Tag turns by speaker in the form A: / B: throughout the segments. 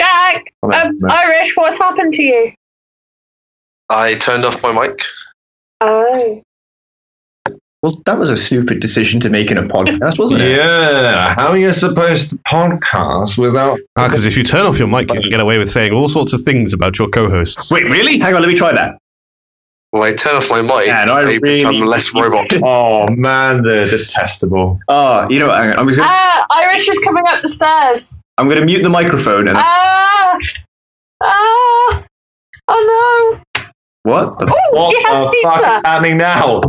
A: Jack,
B: I'm out of
A: um,
B: breath.
A: Irish, what's happened to you?
C: I turned off my mic.
A: Oh.
B: Well, that was a stupid decision to make in a podcast, wasn't it?
D: Yeah. How are you supposed to podcast without?
E: Ah, because if you turn off your mic, you can get away with saying all sorts of things about your co-hosts.
B: Wait, really? Hang on, let me try that.
C: When I turn off my mic,
B: Man, I
C: I
B: really-
C: become less robot.
D: Oh man, they're detestable.
B: Oh, you know, what, hang on. I'm just gonna,
A: Ah, Irish is coming up the stairs.
B: I'm going to mute the microphone and
A: Ah! Ah! Oh
B: what?
A: no! Ooh,
D: What
A: he has
D: the fuck is
A: pizza!
D: happening now?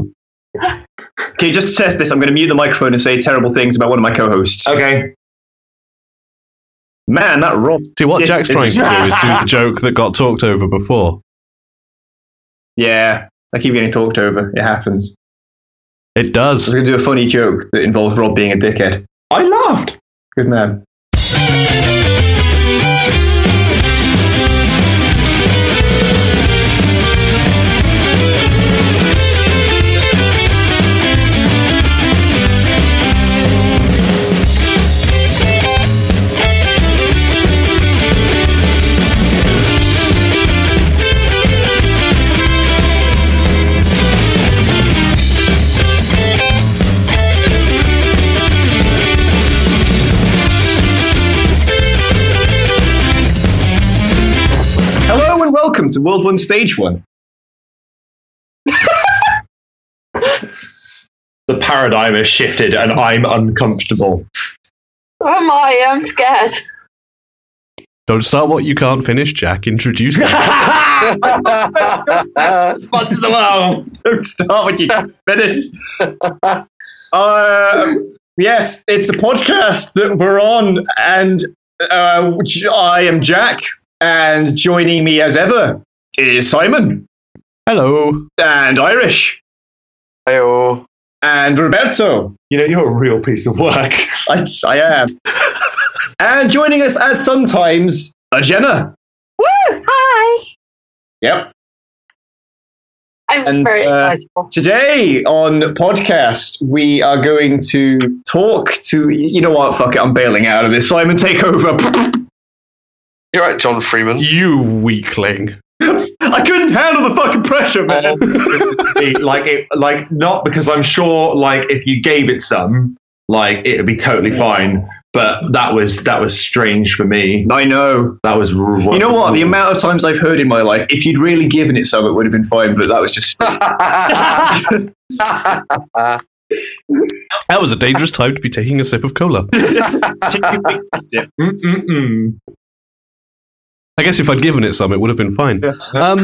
B: Okay, just to test this, I'm going to mute the microphone and say terrible things about one of my co-hosts.
D: Okay.
B: Man, that robs.
E: See, what
B: Yeah,
E: Jack's trying
B: it's-
E: to do is do the joke that got talked over before.
B: Yeah, I keep getting talked over. It happens.
E: It
B: I was
E: does.
B: going to do a funny joke that involved Rob being a dickhead.
D: I laughed.
B: Good man. Hello and welcome to World One Stage One.
D: The paradigm has shifted, and I'm uncomfortable.
A: Oh my, I'm scared.
E: Don't start what you can't finish, Jack. Introduce it.
B: Spots the world. Don't start what you finish. Uh, yes, it's a podcast that we're on, and uh, which- I am Jack, and joining me as ever is Simon
E: Hello.
B: and Irish
C: Heyo.
B: and Roberto.
D: You know, you're a real piece of work.
B: I, I am. and joining us as sometimes a Jenna.
A: Woo! Hi!
B: Yep.
A: I'm
B: And,
A: very
B: uh,
A: excitable.
B: Today on podcast, we are going to talk to. You know what? Fuck it. I'm bailing out of this. Simon, take over.
C: You're right, John Freeman.
E: You weakling.
B: I couldn't handle the fucking pressure, man.
D: like it, like not because I'm sure, like if you gave it some, like it'd be totally fine. But that was that was strange for me.
B: I know.
D: That was
B: You know what? The amount of times I've heard in my life, if you'd really given it some, it would have been fine, but that was just.
E: That was a dangerous time to be taking a sip of cola.
D: Mm-mm-mm.
E: I guess if I'd given it some, it would have been fine. Um,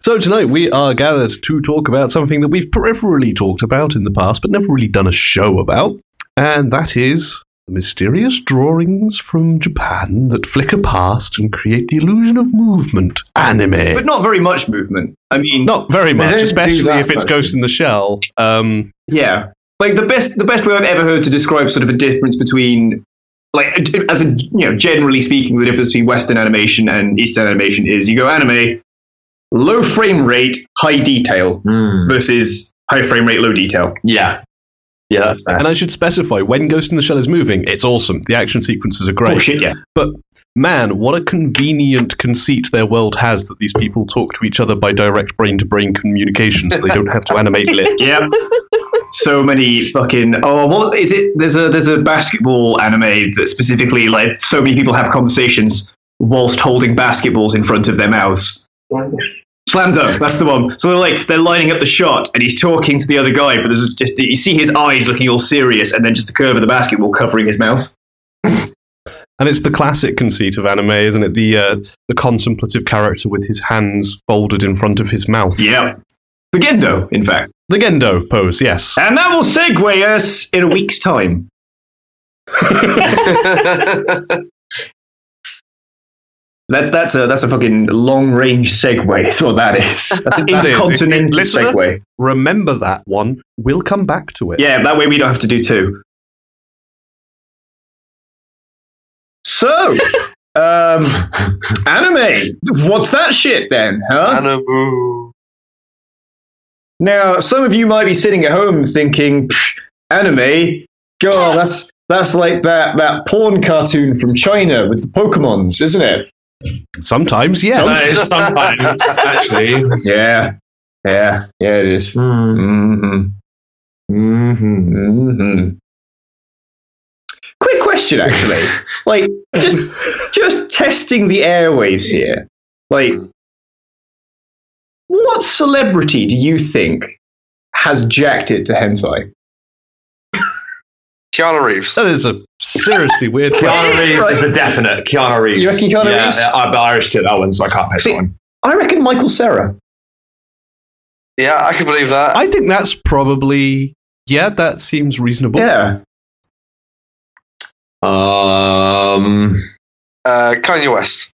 E: so tonight we are gathered to talk about something that we've peripherally talked about in the past, but never really done a show about, and that is the mysterious drawings from Japan that flicker past and create the illusion of movement. Anime.
B: But not very much movement. I mean,
E: Not very much,
D: don't do
E: especially
D: that
E: if it's
D: much.
E: Ghost in the Shell. Um,
B: yeah. Like the best, the best way I've ever heard to describe sort of a difference between, like, a- as a you know, generally speaking, the difference between Western animation and Eastern animation is you go anime, low frame rate, high detail
D: Mm.
B: versus high frame rate, low detail.
D: Yeah, yeah, that's fair.
E: and I should specify when Ghost in the Shell is moving, it's awesome. The action sequences are great.
B: Bullshit, yeah.
E: Man, what a convenient conceit their world has that these people talk to each other by direct brain to brain communication so they don't have to animate lips.
B: Yep. so many fucking oh what is it there's a there's a basketball anime that specifically like so many people have conversations whilst holding basketballs in front of their mouths slam dunk that's the one so they're like they're lining up the shot and he's talking to the other guy but there's just you see his eyes looking all serious and then just the curve of the basketball covering his mouth
E: And it's the classic conceit of anime, isn't it? The, uh, the contemplative character with his hands folded in front of his mouth.
B: yeah the Gendo, in fact.
E: The Gendo pose, yes.
B: And that will segue us in a week's time. That's that's a that's a fucking long range segue. Is what that is. That's a, that's
E: It
B: a
E: is.
B: continental
E: Listener?
B: segue.
E: Remember that one. We'll come back to it.
B: Yeah, that way we don't have to do two. So, um, anime. What's that shit then, huh?
C: Animu.
B: Now, some of you might be sitting at home thinking, "Psh, anime? God, that's That's like that that porn cartoon from China with the Pokemons, isn't it?
E: Sometimes, yeah.
D: That is sometimes, actually. Hmm.
B: Yeah, yeah, yeah. It is. Mm-hmm.
D: Mm-hmm.
B: Mm-hmm. Quick question, actually. like, just just testing the airwaves here. Like, what celebrity do you think has jacked it to hentai?
C: Keanu Reeves.
E: That is a seriously weird
D: Keanu Reeves is a definite. Keanu Reeves.
B: You reckon Keanu
D: yeah,
B: Reeves?
D: I, but Irish took that one, so I can't pick
B: See-
D: that one.
B: I reckon Michael Sarah.
C: Yeah, I can believe that.
E: I think that's probably yeah. That seems reasonable.
B: Yeah.
D: Um,
C: Uh, Kanye West.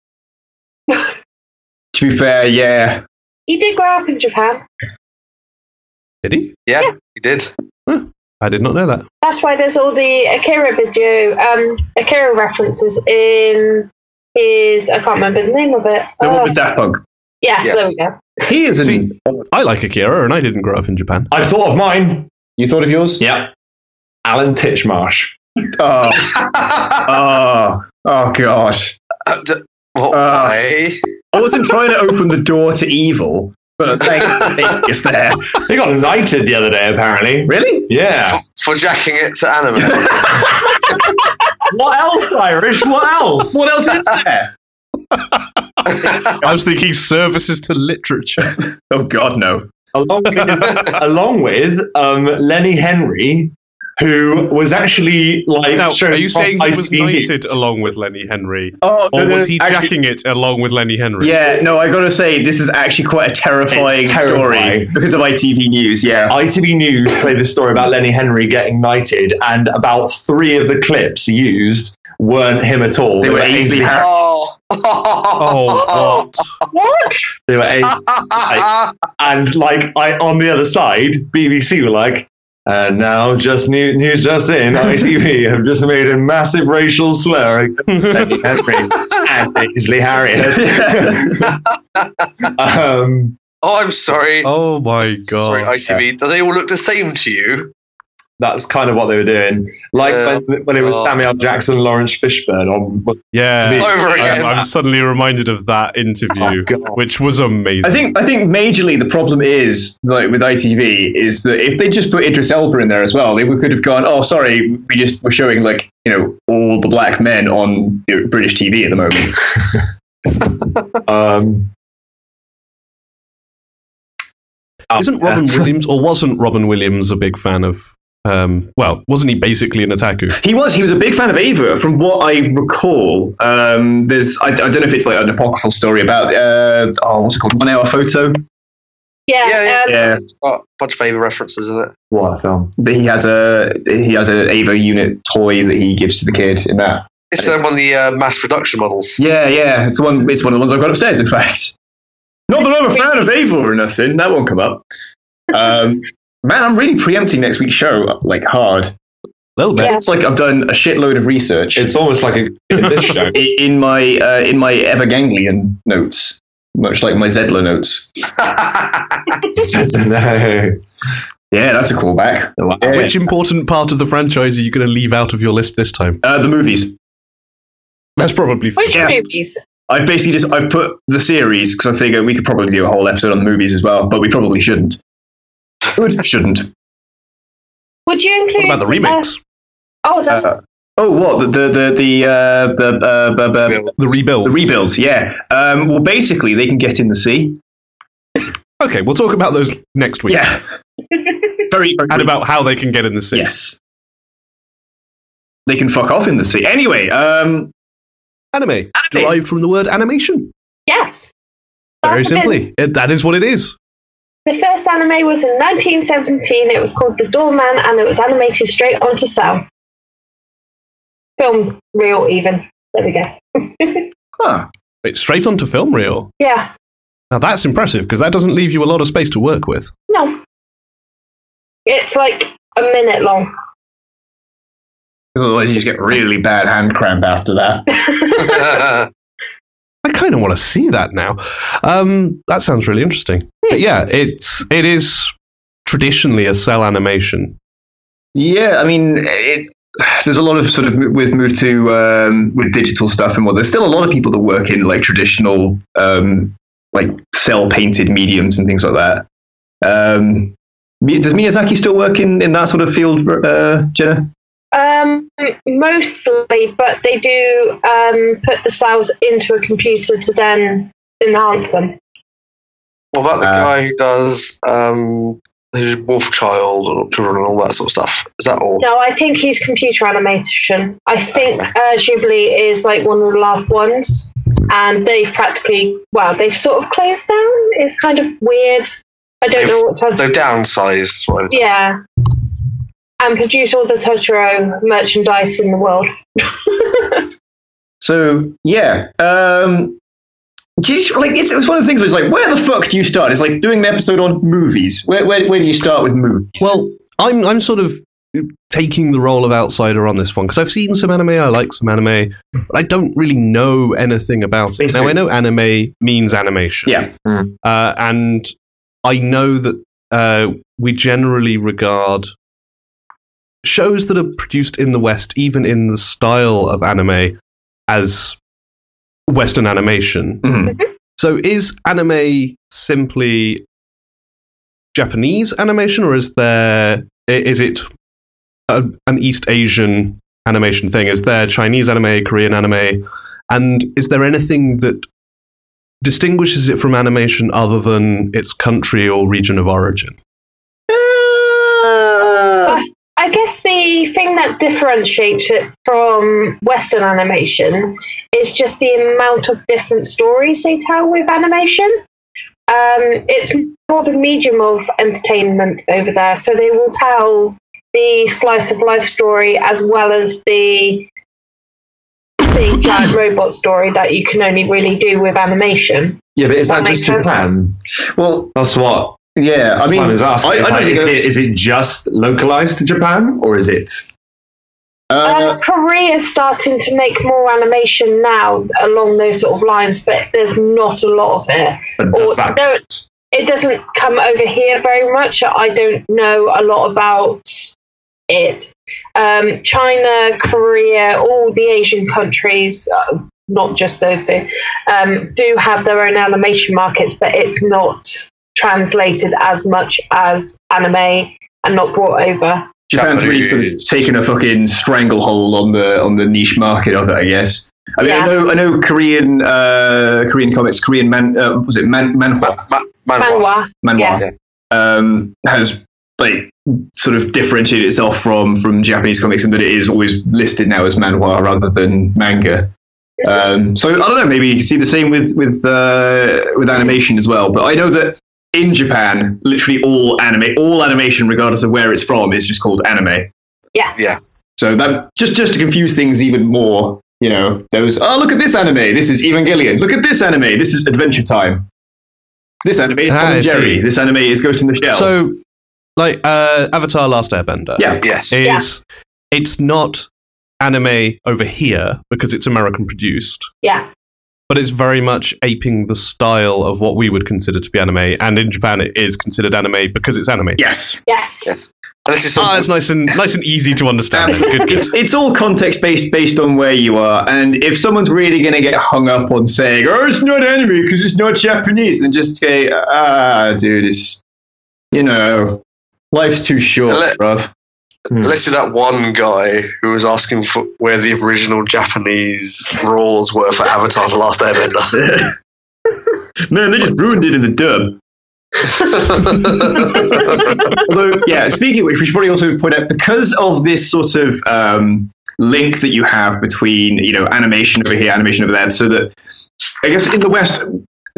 B: To be fair, yeah.
A: He did grow up in Japan.
E: Did he?
C: Yeah, he did.
E: I did not know that.
A: That's why there's all the Akira video, um, Akira references in his. I can't remember the name of it.
B: The one
A: Oh,
B: with Daft Punk.
A: yes,
C: Yes.
A: there we go.
B: He is
E: See-
B: an.
E: I like Akira, and I didn't grow up in Japan.
D: I've thought of mine.
B: You thought of yours?
D: Yep. Alan Titchmarsh.
B: Oh, oh, oh, gosh.
C: Uh, d- what?
B: Uh,
C: why?
B: I wasn't trying to open the door to evil, but thank it's there.
D: He got knighted the other day, apparently.
B: Really?
D: Yeah.
C: For jacking it to anime.
D: what else, Irish? What else?
B: What else is there?
E: I was thinking services to literature.
B: Oh, God, no.
D: along with, along with um, Lenny Henry, who was actually like
E: Now,
D: shown
E: are you
D: across
E: saying he was
D: ITV
E: knighted
D: hits.
E: along with Lenny Henry,
B: Oh,
E: or
B: no, no,
E: was he
B: actually-
E: jacking it along with Lenny Henry?
B: Yeah, no, I gotta say, this is actually quite a terrifying
D: It's
B: story
D: terrifying.
B: because of ITV News, yeah.
D: ITV News played this story about Lenny Henry getting knighted, and about three of the clips used weren't him at all.
B: They were Ainsley Har-
C: oh.
E: Oh, what?
A: What?
D: They were Ains- and like I on the other side, BBC were like. And now, just new, news just in, ITV have just made a massive racial slur against Lenny Henry and Ainsley Harriet. um,
C: oh, I'm sorry.
E: Oh my
C: Sorry,
E: god!
C: ITV. Do They all look the same to you.
D: that's kind of what they were doing. Like when, when it was
C: Oh.
D: Samuel Jackson, Lawrence Fishburne on
E: Yeah,
C: Over again.
E: I'm, I'm suddenly reminded of that interview, which was amazing.
B: I think I think majorly the problem is like with ITV is that if they just put Idris Elba in there as well, they would- could have gone. Oh, sorry, we just we're showing like you know all the black men on you know, British TV at the moment.
D: Um, oh,
E: Isn't Robin
D: yeah.
E: Williams, or wasn't Robin Williams, a big fan of? Um, well, wasn't he basically an otaku?
B: He was. He was a big fan of Ava, from what I recall. Um, there's, I, I don't know if it's like an apocryphal story about, uh, oh, what's it called? One hour photo.
A: Yeah,
C: Yeah, yeah.
A: um,
B: Yeah,
C: It's got a bunch of favourite references in it.
D: What a film.
B: that he has a he has an Ava unit toy that he gives to the kid in that.
C: It's the one of the uh, mass production models.
B: Yeah, yeah, it's the one. It's one of the ones I've got upstairs. In fact, not that I'm a fan of Ava or nothing. That won't come up. Um, man, I'm really preempting next week's show like hard.
E: little bit.
A: Yeah.
B: It's like I've done a shitload of research
D: It's almost like a in this show.
B: i- in my uh, in my Everganglion notes, much like my Zedler notes.
D: no.
B: Yeah, that's a callback. Yeah.
E: Which important part of the franchise are you going to leave out of your list this time?
B: Uh, the movies.
E: That's probably fine.
A: which
B: Yeah.
A: movies?
B: I've basically just I've put the series because I figure we could probably do a whole episode on the movies as well, but we probably shouldn't. Good, shouldn't.
A: Would you
E: What
A: include
E: about the
A: uh,
E: remakes?
A: oh, that's
B: Uh, oh, what the the the the uh, the, uh, bu- bu-
E: the rebuild.
B: the rebuild? Yeah. Um, well, basically, they can get in the sea.
E: okay, we'll talk about those next week.
B: Yeah. very, very
E: And about how they can get in the city.
B: yes. They can fuck off in the sea. Anyway, um,
E: Anime, Derived from the word animation.
A: yes.
E: Very
A: That's a bit-
E: simply. It, that is what it is.
A: The first anime was in 1917. It was called The Doorman, and it was animated straight onto sound. Film reel, even. There we go.
B: huh.
E: It's straight onto film reel.
A: Yeah.
E: Now that's impressive because that doesn't leave you a lot of space to work with.
A: No. It's like a minute long.
B: Because otherwise, you just get really bad hand cramp after that.
E: I kind of want to see that now. Um, that sounds really interesting. But yeah, it's it is traditionally a cell animation.
B: Yeah, I mean, it, there's a lot of sort of with move to um, with digital stuff and what. There's still a lot of people that work in like traditional um, like cell painted mediums and things like that. Um, Mi- does Miyazaki still work in, in that sort of field, uh, Jenna?
A: Um, mostly, but they do um, put the cells into a computer to then enhance them.
C: What about the
B: Uh,
C: guy who does um, who did Wolf Child and Children and all that sort of stuff? Is that all?
A: No, I think he's computer animation. I think uh, Ghibli is like one of the last ones, and they've practically well, they've sort of closed down. It's kind of weird. I don't know what's happening.
C: They're downsized. is what I-
A: Yeah. And produce all the Totoro merchandise in the world.
B: So yeah, um, do you- like it's, it was one of the things where it's like, where the fuck do you start? It's like doing an episode on movies. Where where, where do you start with movies?
E: Well, I'm I'm sort of taking the role of outsider on this one because I've seen some anime, I like some anime, but I don't really know anything about it.
B: It's
E: Now I
B: good.
E: know anime means animation,
B: Yeah.
E: uh, and I know that uh, we generally regard shows that are produced in the West, even in the style of anime, as Western animation.
B: Mhm.
E: So is anime simply Japanese animation, or is there i- is it a, an East Asian animation thing? Is there Chinese anime, Korean anime, and is there anything that distinguishes it from animation other than its country or region of origin?
A: I guess the thing that differentiates it from Western animation is just the amount of different stories they tell with animation. Um, it's more the medium of entertainment over there, so they will tell the slice of life story as well as the big giant robot story that you can only really do with animation.
D: Yeah, but is
A: That
D: that,
A: makes
D: just the
A: sense.
D: plan?
B: Well,
D: That's what
B: yeah. I mean,
D: Simon's asking.
B: I- I
D: It's
B: don't
D: like,
B: think
D: is,
B: I-
D: it, is it just localized to Japan, or is it?
B: uh,
A: Um, Korea is starting to make more animation now along those sort of lines, but there's not a lot of it.
D: But
A: Or
D: does that,
A: no, it doesn't come over here very much. I don't know a lot about it. Um, China, Korea, all the Asian countries, uh, not just those two, um, do have their own animation markets, but it's not translated as much as anime and not brought over.
B: Japan's really sort of
C: Japanese.
B: taken a fucking stranglehold on the on the niche market of it, I guess. I mean,
A: Yeah.
B: I know, I know Korean, uh, Korean comics, Korean man, uh, was it man, manhwa,
C: Ma- ma- manhwa.
A: Manhwa.
B: manhwa
C: Yeah.
B: um, has like sort of differentiated itself from from Japanese comics in that it is always listed now as manhwa rather than manga. Um, so I don't know. Maybe you can see the same with with uh, with animation as well. But I know that in Japan, literally all anime, all animation, regardless of where it's from, is just called anime.
A: Yeah.
C: Yeah.
B: So that just just to confuse things even more, you know, there was oh look at this anime, this is Evangelion. Look at this anime, this is Adventure Time. This anime is Tom
E: Ah, I
B: and
E: see.
B: Jerry. This anime is Ghost in the Shell.
E: So, like uh, Avatar: Last Airbender,
B: Yeah.
C: Yes.
E: is it's not anime over here because it's American produced.
A: Yeah.
E: but it's very much aping the style of what we would consider to be anime. And in Japan, it is considered anime because it's anime.
B: yes.
A: Yes.
C: Yes. And this is
E: Ah,
C: something
E: it's nice and nice and easy to understand. Good guess.
B: It's, it's all context based based on where you are. And if someone's really going to get hung up on saying, oh, it's not anime because it's not Japanese, then just say, ah, dude, it's, you know, life's too short,
C: Let-
B: bruv.
C: Let's do that one guy who was asking for where the original Japanese rules were for Avatar The Last
B: Man, they just ruined it in the dub.
C: Airbender.
B: Although, yeah, speaking of which, we should probably also point out because of this sort of um, link that you have between, you know, animation over here, animation over there, so that I guess in the West,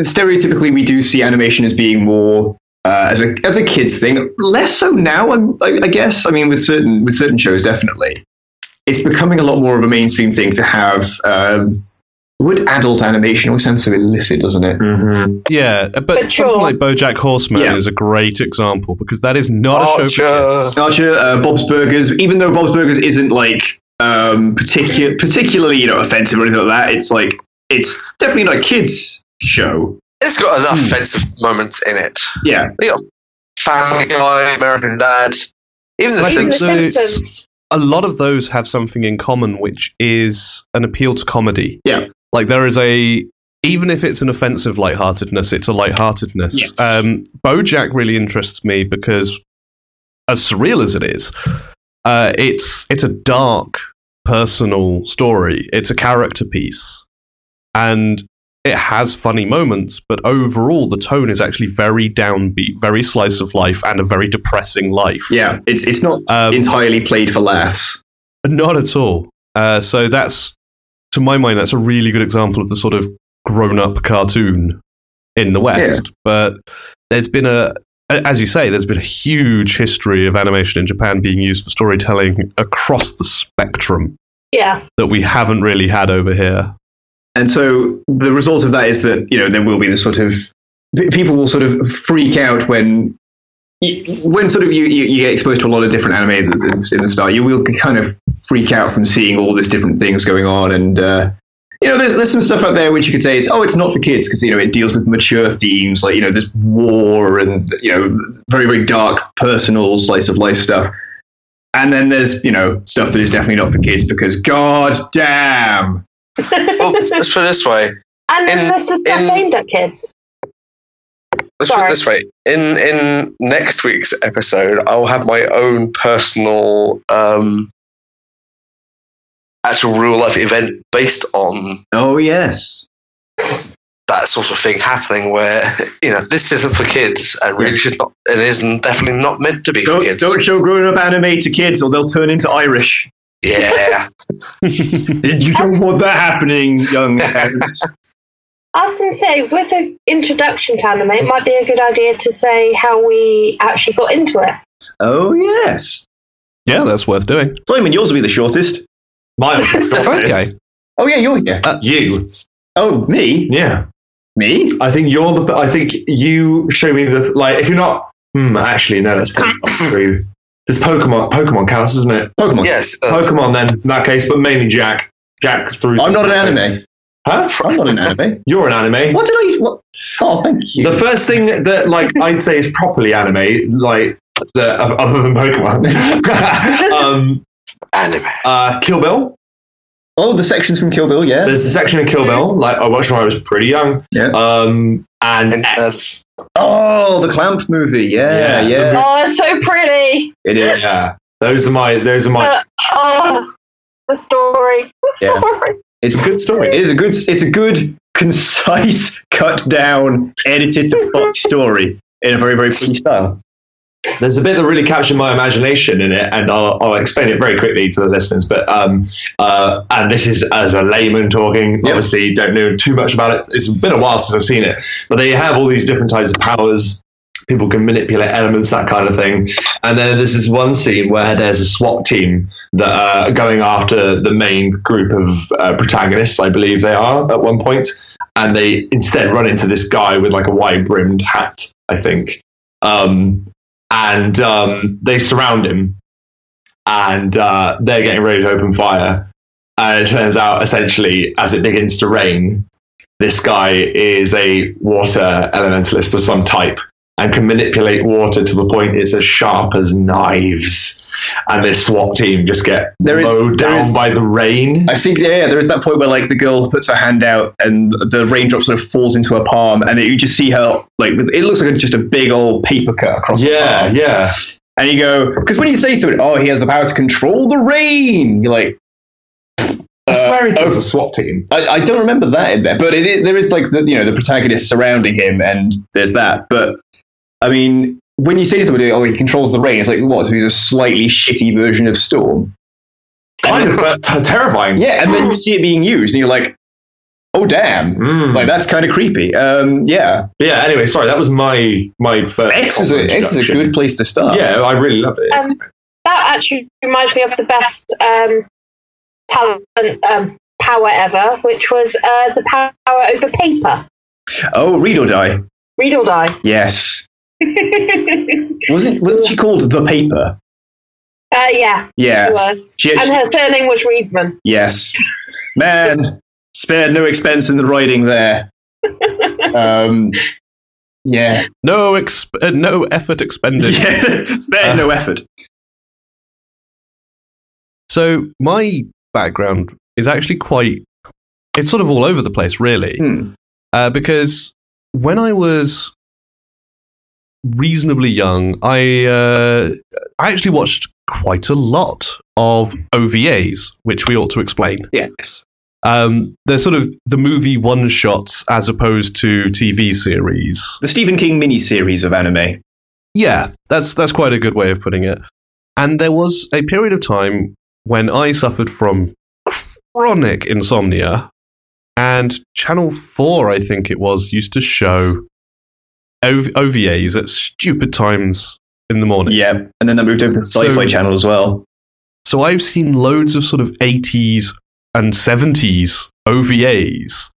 B: stereotypically, we do see animation as being more. Uh, as a as a kids thing, less so now. I'm, I, I guess. I mean, with certain with certain shows, definitely, it's becoming a lot more of a mainstream thing to have. Um, would adult animation always sounds so illicit, doesn't it?
D: Mhm.
E: Yeah, but,
A: But sure.
E: something like BoJack Horseman
B: Yeah.
E: is a great example because that is not a show. For
C: Archer.
E: kids.
B: Archer, uh, Bob's Burgers. Even though Bob's Burgers isn't like um, particular, particularly you know offensive or anything like that, it's like it's definitely not a kids show.
C: It's got enough
B: Hmm.
C: offensive moments in it.
B: Yeah,
C: Family Guy, American Dad, even the
E: Like
A: Even The
C: Simpsons.
E: So it's-
A: Simpsons.
E: a lot of those have something in common, which is an appeal to comedy.
B: Yeah.
E: Like there is a even if it's an offensive lightheartedness, it's a lightheartedness.
B: Yes.
E: Um, BoJack really interests me because, as surreal as it is, uh, it's it's a dark, personal story. It's a character piece, and it has funny moments, but overall, the tone is actually very downbeat, very slice of life, and a very depressing life.
B: Yeah, it's it's not
E: Um,
B: entirely played for laughs.
E: Not at all. Uh, so that's, to my mind, that's a really good example of the sort of grown-up cartoon in the West. But there's been a, a- as you say, there's been a huge history of animation in Japan being used for storytelling across the spectrum
A: Yeah.
E: that we haven't really had over here.
B: And so the result of that is that you know there will be this sort of p- people will sort of freak out when y- when sort of you, you, you get exposed to a lot of different anime in the- in the start. You will kind of freak out from seeing all these different things going on, and uh, you know there's there's some stuff out there which you could say is oh it's not for kids because you know it deals with mature themes like you know this war and you know very very dark personal slice of life stuff. And then there's you know stuff that is definitely not for kids because god damn.
C: Well, let's put it this way.
A: and then
C: Oh, in-
A: there's the stuff
C: in-
A: aimed at kids.
C: Let's put
A: Sorry.
C: it this way. In in next week's episode, I'll have my own personal um, actual real life event based on
B: Oh yes.
C: that sort of thing happening where you know this isn't for kids and really should not and isn't definitely not meant to be for
B: Don't,
C: kids.
B: don't show grown up anime to kids or they'll turn into Irish.
C: Yeah.
B: You don't want that happening, young parents.
A: I was going to say, with an introduction to anime, it might be a good idea to say how we actually got into it.
B: oh, yes.
E: Yeah, that's worth doing.
B: Simon, yours will be the shortest.
D: Mine.
E: Okay.
B: Oh, yeah, you're here.
D: You.
B: Oh, me?
D: Yeah.
B: Me?
D: I think you're the. I think you show me the like. If you're not, hmm, actually, no, that's probably not true. There's Pokemon. Pokemon counts, doesn't it?
B: Pokemon.
C: yes. that's-
D: Pokemon, then in that case, but mainly Jack. Jack through.
B: I'm not an anime.
D: Huh?
B: I'm not an anime.
D: You're an anime.
B: What did I. What? Oh, thank you.
D: The first thing that like I'd say is properly anime, like the, other than Pokemon, um,
C: anime.
D: uh, Kill Bill.
B: oh, the sections from Kill Bill, yeah.
D: There's a section of Kill Bill like I watched when I was pretty young.
B: Yeah.
D: Um, and
C: And
D: X.
B: Oh, the Clamp movie, yeah, yeah.
D: Yeah.
A: Oh, it's so pretty.
B: It is.
D: yeah, those are my those are my.
A: Uh, oh, the story. The
B: Yeah.
A: story.
B: It's a good story. It is a good. It's a good, concise, cut down, edited to fuck story in a very, very pretty style.
D: There's a bit that really captured my imagination in it, and I'll, I'll explain it very quickly to the listeners. But um, uh, and this is as a layman talking.
B: Yeah.
D: Obviously, don't know too much about it. It's been a while since I've seen it, but they have all these different types of powers. People can manipulate elements, that kind of thing. And then there's this one scene where there's a SWAT team that are going after the main group of uh, protagonists. I believe they are at one point, and they instead run into this guy with like a wide brimmed hat. I think. Um, and um, they surround him and uh, they're getting ready to open fire and it turns out essentially as it begins to rain this guy is a water elementalist of some type and can manipulate water to the point it's as sharp as knives and this SWAT team just get
B: There is-
D: mowed
B: there
D: down
B: is-
D: by the rain.
B: I think yeah, yeah, there is that point where like the girl puts her hand out and the raindrop sort of falls into her palm, and you just see her like with- it looks like just a big old paper cut across. her
D: Yeah,
B: palm.
D: yeah.
B: and you go because when you say to it, oh, he has the power to control the rain. You're like,
D: I
B: Uh,
D: swear it was a SWAT team.
B: I, I don't remember that in there, but it, is- there is like the you know the protagonist surrounding him, and there's that. But I mean, when you say to somebody, oh, he controls the rain, it's like what? So he's a slightly shitty version of Storm.
D: Kind of, but t- terrifying.
B: Yeah, and then you see it being used, and you're like, oh damn,
D: Mm.
B: like that's kind of creepy. Um, yeah,
D: But yeah. Anyway, sorry. That was my my first.
B: X is, a, X is a
D: introduction.
B: good place to start.
D: Yeah, I really love it.
A: Um, that actually reminds me of the best um, talent um, power ever, which was uh, the power over paper.
B: Oh, read or die.
A: Read or die.
B: Yes. Wasn't wasn't she called the paper?
A: uh, yeah,
B: Yes.
A: she was.
B: She-
A: and her surname was Reedman.
B: Yes. Man, spared no expense in the writing there. Um, yeah.
E: No, exp- uh, no effort expended.
B: Uh. yeah. Spared no effort.
E: So my background is actually quite, it's sort of all over the place, really.
B: Hmm.
E: Uh, because when I was reasonably young, I, uh, I actually watched quite a lot of OVAs, which we ought to explain.
B: Yes.
E: Um, they're sort of the movie one shots as opposed to TV series.
B: The Stephen King miniseries of anime.
E: Yeah, that's that's quite a good way of putting it. And there was a period of time when I suffered from chronic insomnia, and Channel Four, I think it was, used to show o- OVAs at stupid times in the morning.
B: Yeah. And then that moved over to the
E: So-
B: Sci Fi Channel as well.
E: So I've seen loads of sort of 80s and 70s OVAs.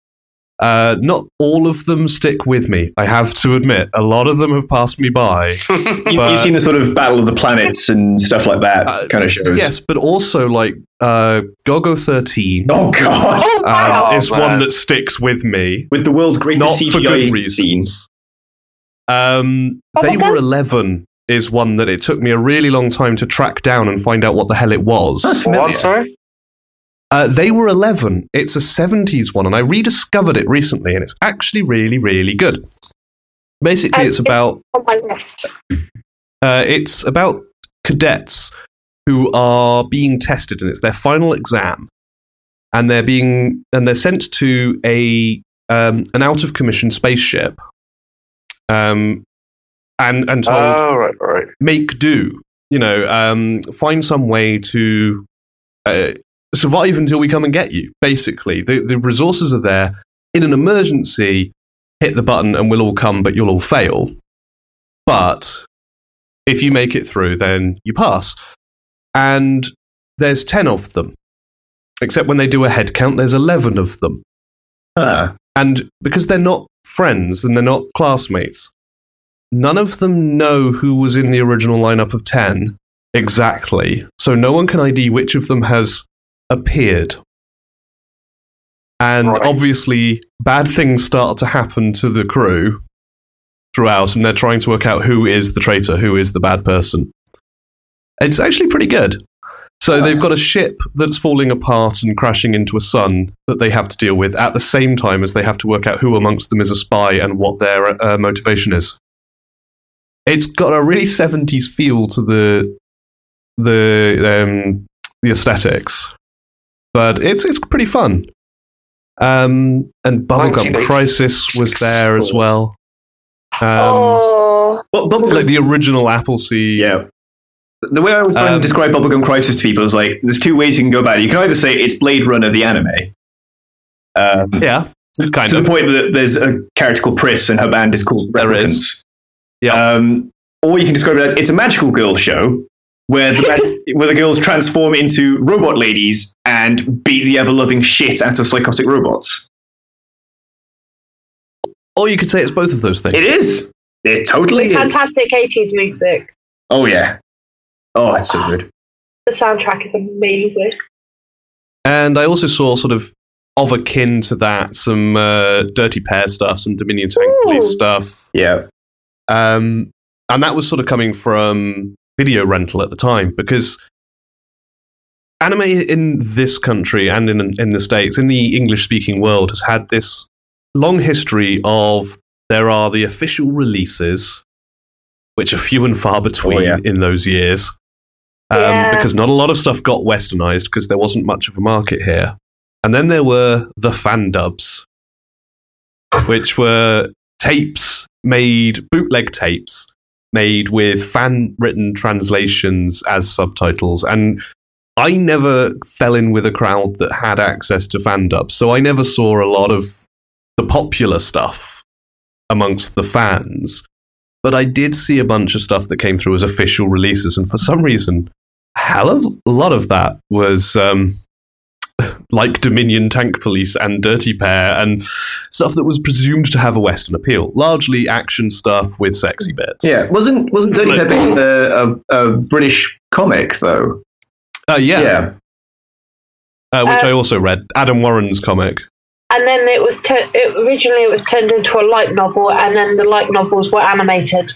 E: Uh, not all of them stick with me, I have to admit. A lot of them have passed me by.
B: You,
E: But-
B: have seen the sort of Battle of the Planets and stuff like that
E: Uh,
B: kind of shows.
E: Yes, but also like uh, Gogo 13
B: Oh, God.
A: Oh, wow.
E: um,
C: wow.
E: is
C: Oh,
E: one
C: man.
E: that sticks with me.
B: With the world's greatest
E: Not for good
B: CGI scene.
E: reasons. Um, they
A: Bubblegum?
E: Were 11 is one that it took me a really long time to track down and find out what the hell it was.
C: What? Sorry.
E: Uh, they were 11. It's a 70s one, and I rediscovered it recently, and it's actually really, really good. Basically,
A: Um,
E: it's
A: it-
E: about
A: on my list.
E: uh, it's about cadets who are being tested, and it's their final exam, and they're being and they're sent to a um, an out of commission spaceship, um, and and told
C: Oh, right, right.
E: make do. You know, um, find some way to uh, survive until we come and get you. Basically, the, the resources are there. In an emergency, hit the button and we'll all come, but you'll all fail. But if you make it through, then you pass. And there's 10 of them. Except when they do a head count, there's 11 of them.
B: Ah.
E: And because they're not friends and they're not classmates, none of them know who was in the original lineup of 10 exactly. So no one can ID which of them has appeared. And
C: Right.
E: obviously, bad things start to happen to the crew throughout, and they're trying to work out who is the traitor, who is the bad person. It's actually pretty good. So they've got a ship that's falling apart and crashing into a sun that they have to deal with at the same time as they have to work out who amongst them is a spy and what their uh, motivation is. It's got a really seventies feel to the the um, the aesthetics, but it's it's pretty fun. Um, and Bubblegum
C: 1986.
E: Crisis was there as well. Um,
A: oh,
B: Bu- Bubblegum-
E: like the original Appleseed.
B: Yeah. The way I was trying to
E: Um,
B: describe Bubblegum Crisis to people is like, there's two ways you can go about it. You can either say it's Blade Runner, the anime. Um,
E: yeah,
B: to,
E: kind
B: to
E: of.
B: the point that there's a character called Pris and her band is called
E: There is.
B: Replicants.
E: Yeah.
B: Um, or you can describe it as it's a magical girl show where the, mag- where the girls transform into robot ladies and beat the ever loving shit out of psychotic robots.
E: Or you could say it's both of those things.
B: It is. It totally is.
A: fantastic 80s music.
B: Oh, yeah. Oh, it's so good.
A: The soundtrack is amazing.
E: And I also saw sort of of akin to that some uh, Dirty Pair stuff, some Dominion Tank
A: Ooh.
E: Police stuff.
B: Yeah.
E: Um, and that was sort of coming from video rental at the time because anime in this country and in, in the States, in the English speaking world, has had this long history of there are the official releases, which are few and far between
B: yeah.
E: in those years. Um,
A: Yeah.
E: Because not a lot of stuff got westernized because there wasn't much of a market here. And then there were the fan dubs, which were tapes made, bootleg tapes made with fan written translations as subtitles. And I never fell in with a crowd that had access to fan dubs. So I never saw a lot of the popular stuff amongst the fans. But I did see a bunch of stuff that came through as official releases. And for some reason, hell of a lot of that was. Um, like Dominion Tank Police and Dirty Pair and stuff that was presumed to have a Western appeal, largely action stuff with sexy bits.
B: Yeah. Wasn't, wasn't Dirty
E: Like-
B: Pepe a, a, a British comic, though?
E: Uh, yeah, Uh, which
A: Uh,
E: I also read. Adam Warren's comic.
A: And then it was tu- it, originally it was turned into a light novel, and then the light novels were animated.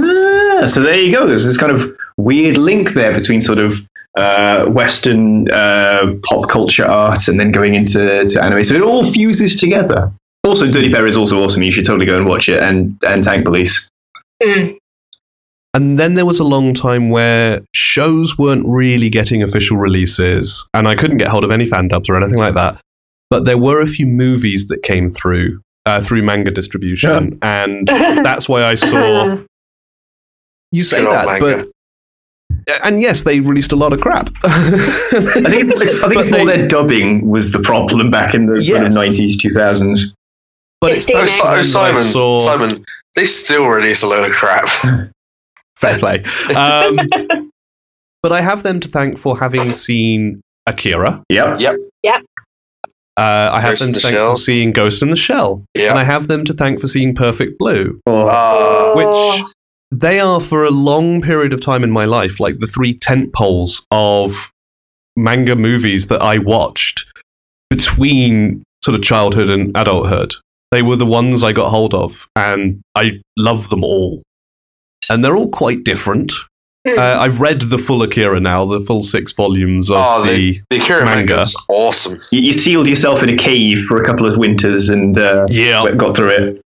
B: Ah, so there you go. There's this kind of weird link there between sort of uh, Western uh, pop culture art and then going into to anime. So it all fuses together. Also, Dirty Pair is also awesome. You should totally go and watch it and, and Tank Police.
A: Mm.
E: And then there was a long time where shows weren't really getting official releases, and I couldn't get hold of any fan dubs or anything like that. But there were a few movies that came through uh, through manga distribution, and that's why I saw. You say
C: Good old
E: that,
C: manga.
E: but and yes, they released a lot of crap.
B: I think it's, it's- I think it's
E: But
B: more
E: they-
B: their dubbing was the problem back in the sort of
E: Yes.
B: 90s, 2000s.
E: but
A: It's
E: it's
C: Oh, Si- oh,
E: I
C: Simon,
E: saw-
C: Simon, they still release a load of crap.
E: fair play. Um, but I have them to thank for having seen Akira.
B: Yep.
E: Uh, I have
C: Ghost in
E: them to
C: the
E: thank
C: Shell.
E: for seeing Ghost in the Shell, and
C: yeah.
E: I have them to thank for seeing Perfect Blue.
B: Oh,
C: Uh,
E: which they are for a long period of time in my life, like the three tent poles of manga movies that I watched between sort of childhood and adulthood. They were the ones I got hold of, and I love them all. And they're all quite different.
A: Hmm.
E: Uh, I've read the full Akira now, the full six volumes of
C: Oh, they-
E: the.
C: the Akira
E: manga.
C: manga is awesome.
B: you, you sealed yourself in a cave for a couple of winters and uh,
E: Yeah.
B: got through it.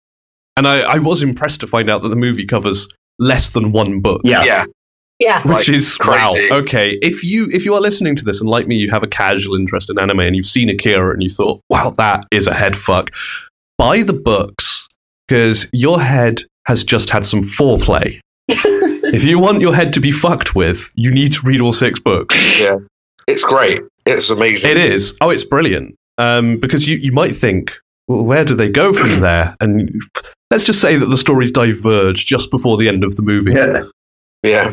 E: And I, I was impressed to find out that the movie covers less than one book.
B: Yeah.
C: Yeah,
A: yeah.
C: Like,
E: which is
C: crazy.
E: wow. Okay, if you if you are listening to this and like me, you have a casual interest in anime and you've seen Akira and you thought, wow, that is a head fuck. Buy the books because your head has just had some foreplay. if you want your head to be fucked with, you need to read all six books.
C: it's great. It's amazing.
E: It is. Oh, it's brilliant. Um, because you, you might think, well, where do they go from there? And let's just say that the stories diverge just before the end of the movie.
B: Yeah.
C: yeah,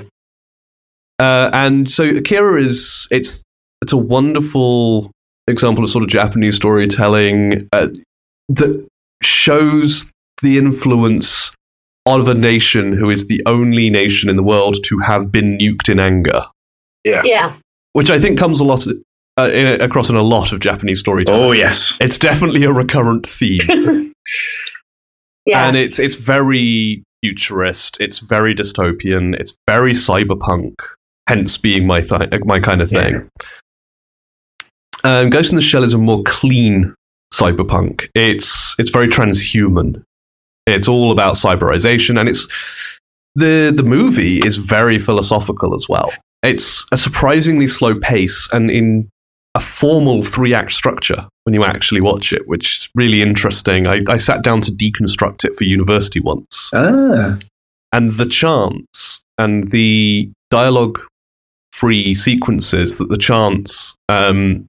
E: Uh, and so Akira is it's it's a wonderful example of sort of Japanese storytelling uh, that shows the influence of a nation who is the only nation in the world to have been nuked in anger,
A: Yeah.
E: which I think comes a lot uh, in, across in a lot of Japanese storytelling.
B: Oh, yes.
E: It's definitely a recurrent theme.
A: Yeah.
E: and it's it's very futurist. It's very dystopian. It's very cyberpunk. Hence, being my th- my kind of thing. Um, Ghost in the Shell is a more clean cyberpunk. It's it's very transhuman. It's all about cyberization, and it's the the movie is very philosophical as well. It's a surprisingly slow pace and in a formal three act structure when you actually watch it, which is really interesting. I, I sat down to deconstruct it for university once,
B: Ah.
E: and the chants and the dialogue free sequences that the chants um,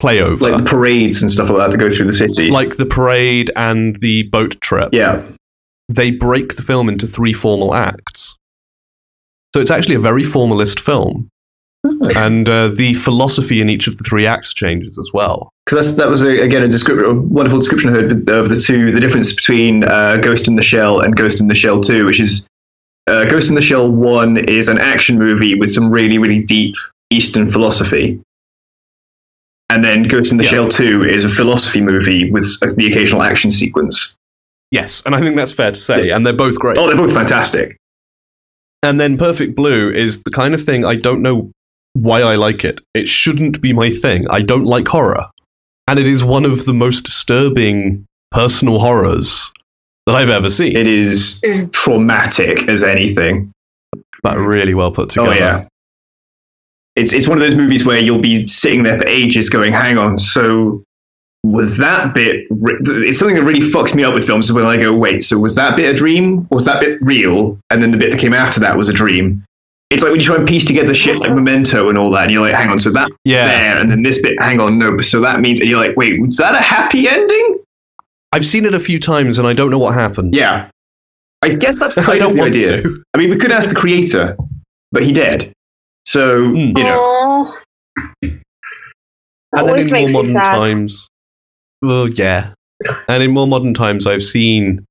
E: play over,
B: Like the parades and stuff like that that go through the city.
E: like the parade and the boat trip,
B: yeah.
E: they break the film into three formal acts. So it's actually a very formalist film.
B: Hmm.
E: And uh, the philosophy in each of the three acts changes as well.
B: Because that was a, again a, description, a wonderful description I heard of the two, the difference between uh, Ghost in the Shell and Ghost in the Shell Two, which is uh, Ghost in the Shell One is an action movie with some really really deep Eastern philosophy, and then Ghost in the
E: Yeah.
B: Shell Two is a philosophy movie with uh, the occasional action sequence.
E: Yes, and I think that's fair to say. And they're both great.
B: Oh, they're both fantastic.
E: And then Perfect Blue is the kind of thing I don't know why I like it. It shouldn't be my thing. I don't like horror. And it is one of the most disturbing personal horrors that I've ever seen.
B: It is
A: Mm.
B: traumatic as anything.
E: but really well put together.
B: Oh yeah. It's it's one of those movies where you'll be sitting there for ages going, hang on, so was that bit re- it's something that really fucks me up with films when I go, wait, so was that bit a dream? Was that bit real? And then the bit that came after that was a dream. It's like when you try and piece together shit like memento and all that, and you're like, hang on, so that
E: Yeah.
B: there, and then this bit, hang on, no, so that means and you're like, wait, was that a happy ending?
E: I've seen it a few times and I don't know what happened.
B: Yeah. I guess that's kind
E: I
B: of
E: don't
B: the
E: want
B: idea.
E: to.
B: I mean, we could ask the creator, but he dead. So,
E: Mm.
B: you know.
A: Aw. That
E: and then
A: always
E: in more
A: makes me
E: modern
A: sad.
E: times, well, yeah. And in more modern times, I've seen,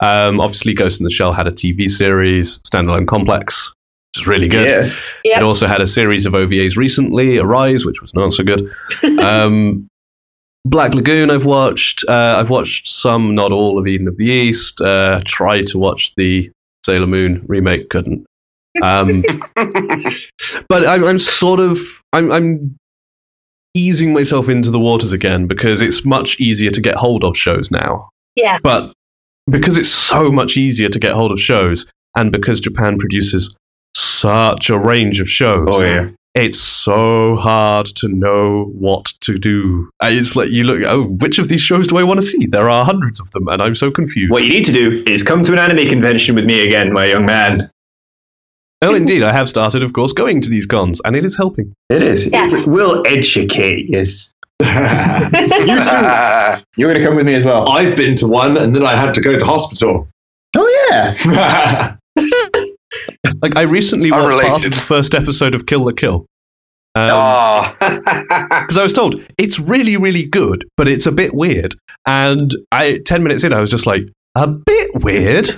E: um, obviously, Ghost in the Shell had a TV series, Standalone Complex, which is really good.
B: Yeah.
E: It
A: Yep.
E: also had a series of OVAs recently, Arise, which was not so good. Um, Black Lagoon, I've watched. Uh, I've watched some, not all, of Eden of the East. Uh, tried to watch the Sailor Moon remake, couldn't. Um, but I'm, I'm sort of I'm, I'm easing myself into the waters again because it's much easier to get hold of shows now.
A: Yeah.
E: But because it's so much easier to get hold of shows, and because Japan produces such a range of shows,
D: Oh yeah.
E: it's so hard to know what to do. Uh, It's like you look, oh, which of these shows do I want to see? There are hundreds of them, and I'm so confused.
B: What you need to do is come to an anime convention with me again, my young man.
E: Oh, indeed, I have started, of course, going to these cons, and it is helping.
B: It is.
A: Yes.
B: It- We'll educate you.
C: Ah,
B: You're going to come with me as well.
D: I've been to one, and then I had to go to hospital.
B: Oh, yeah.
E: Like I recently watched part of
C: Unrelated.
E: the first episode of Kill the Kill. Because
C: oh.
E: I was told it's really, really good, but it's a bit weird. And I, ten minutes in, I was just like, a bit weird.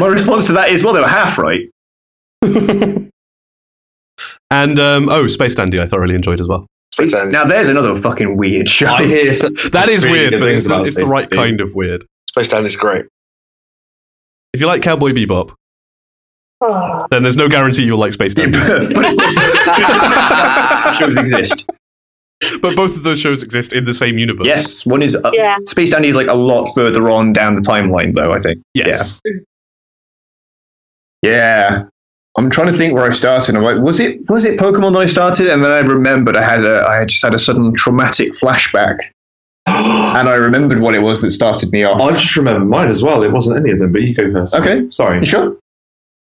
B: My response to that is, well, they were half right.
E: And um, oh, Space Dandy, I thoroughly enjoyed as well.
C: Pretend.
B: Now, there's another fucking weird show.
D: I hear so-
E: That is
D: Really
E: weird,
D: good
E: but
D: things
E: it's,
D: about
E: it's the
D: Space
E: right
D: Dandy.
E: kind of weird.
C: Space Dandy's great.
E: If you like Cowboy Bebop,
A: Oh.
E: then there's no guarantee you'll like Space Dandy.
B: but it's- shows exist.
E: but both of those shows exist in the same universe.
B: Yes, one is uh,
A: Yeah.
B: Space Dandy is like a lot further on down the timeline, though. I think.
E: Yes.
B: Yeah, I'm trying to think where I started. I'm like, was it was it Pokemon that I started, and then I remembered I had a I just had a sudden traumatic flashback,
D: I
B: and I remembered what it was that started me off.
D: just remember mine as well. It wasn't any of them, but you go first.
B: Okay.
D: Sorry.
B: You sure?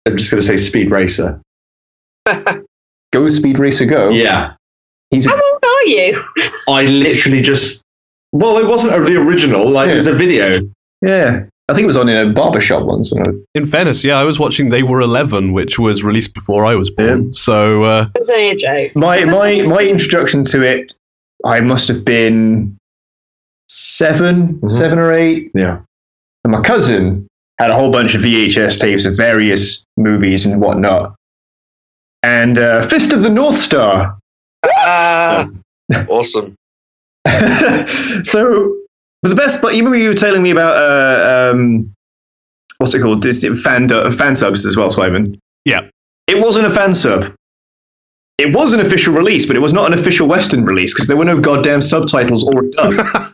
D: I'm just going to say Speed Racer.
B: Go Speed Racer Go.
D: Yeah.
B: He's
A: How
B: a,
A: old are you?
D: I literally just. Well, it wasn't the original. Like it was a video.
B: yeah. I think it was on in a barber shop once. and I-
E: In fairness, yeah, I was watching They Were 11, which was released before I was born. So, uh,
A: It was only a joke.
B: My my my introduction to it, I must have been 7
D: Mhm.
B: seven or eight.
D: Yeah.
B: And my cousin had a whole bunch of VHS tapes of various movies and whatnot. And uh, Fist of the North Star.
C: Ah, awesome.
B: so, but the best, but you remember you were telling me about, uh, um, what's it called? Dis- Fan, uh, fan subs as well, Simon.
E: Yeah.
B: It wasn't a fan sub. It was an official release, but it was not an official Western release because there were no goddamn subtitles or dub.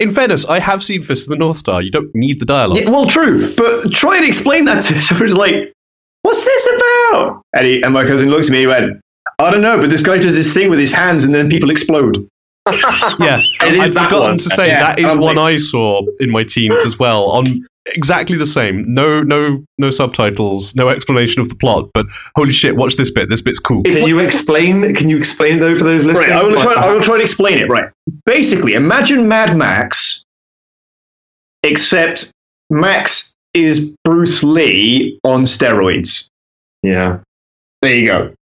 E: in fairness, I have seen Fist of the North Star. You don't need the dialogue.
B: Yeah, well, true, but try and explain that to him. It's like, what's this about? And, he, and my cousin looked at me and went, I don't know, but this guy does this thing with his hands and then people explode.
E: Yeah,
D: It
E: I've
D: is that
E: forgotten
D: one. Um,
E: to say
B: Yeah,
E: that is
B: I'm
E: one
B: like-
E: I saw in my teens as well. On exactly the same, no, no, no subtitles, no explanation of the plot. But holy shit, watch this bit. This bit's cool.
D: Can you explain? Can you explain though for those listening?
B: Right, I will, try, I will try and explain it. Right. Basically, imagine Mad Max, except Max is Bruce Lee on steroids.
D: Yeah.
B: There you go.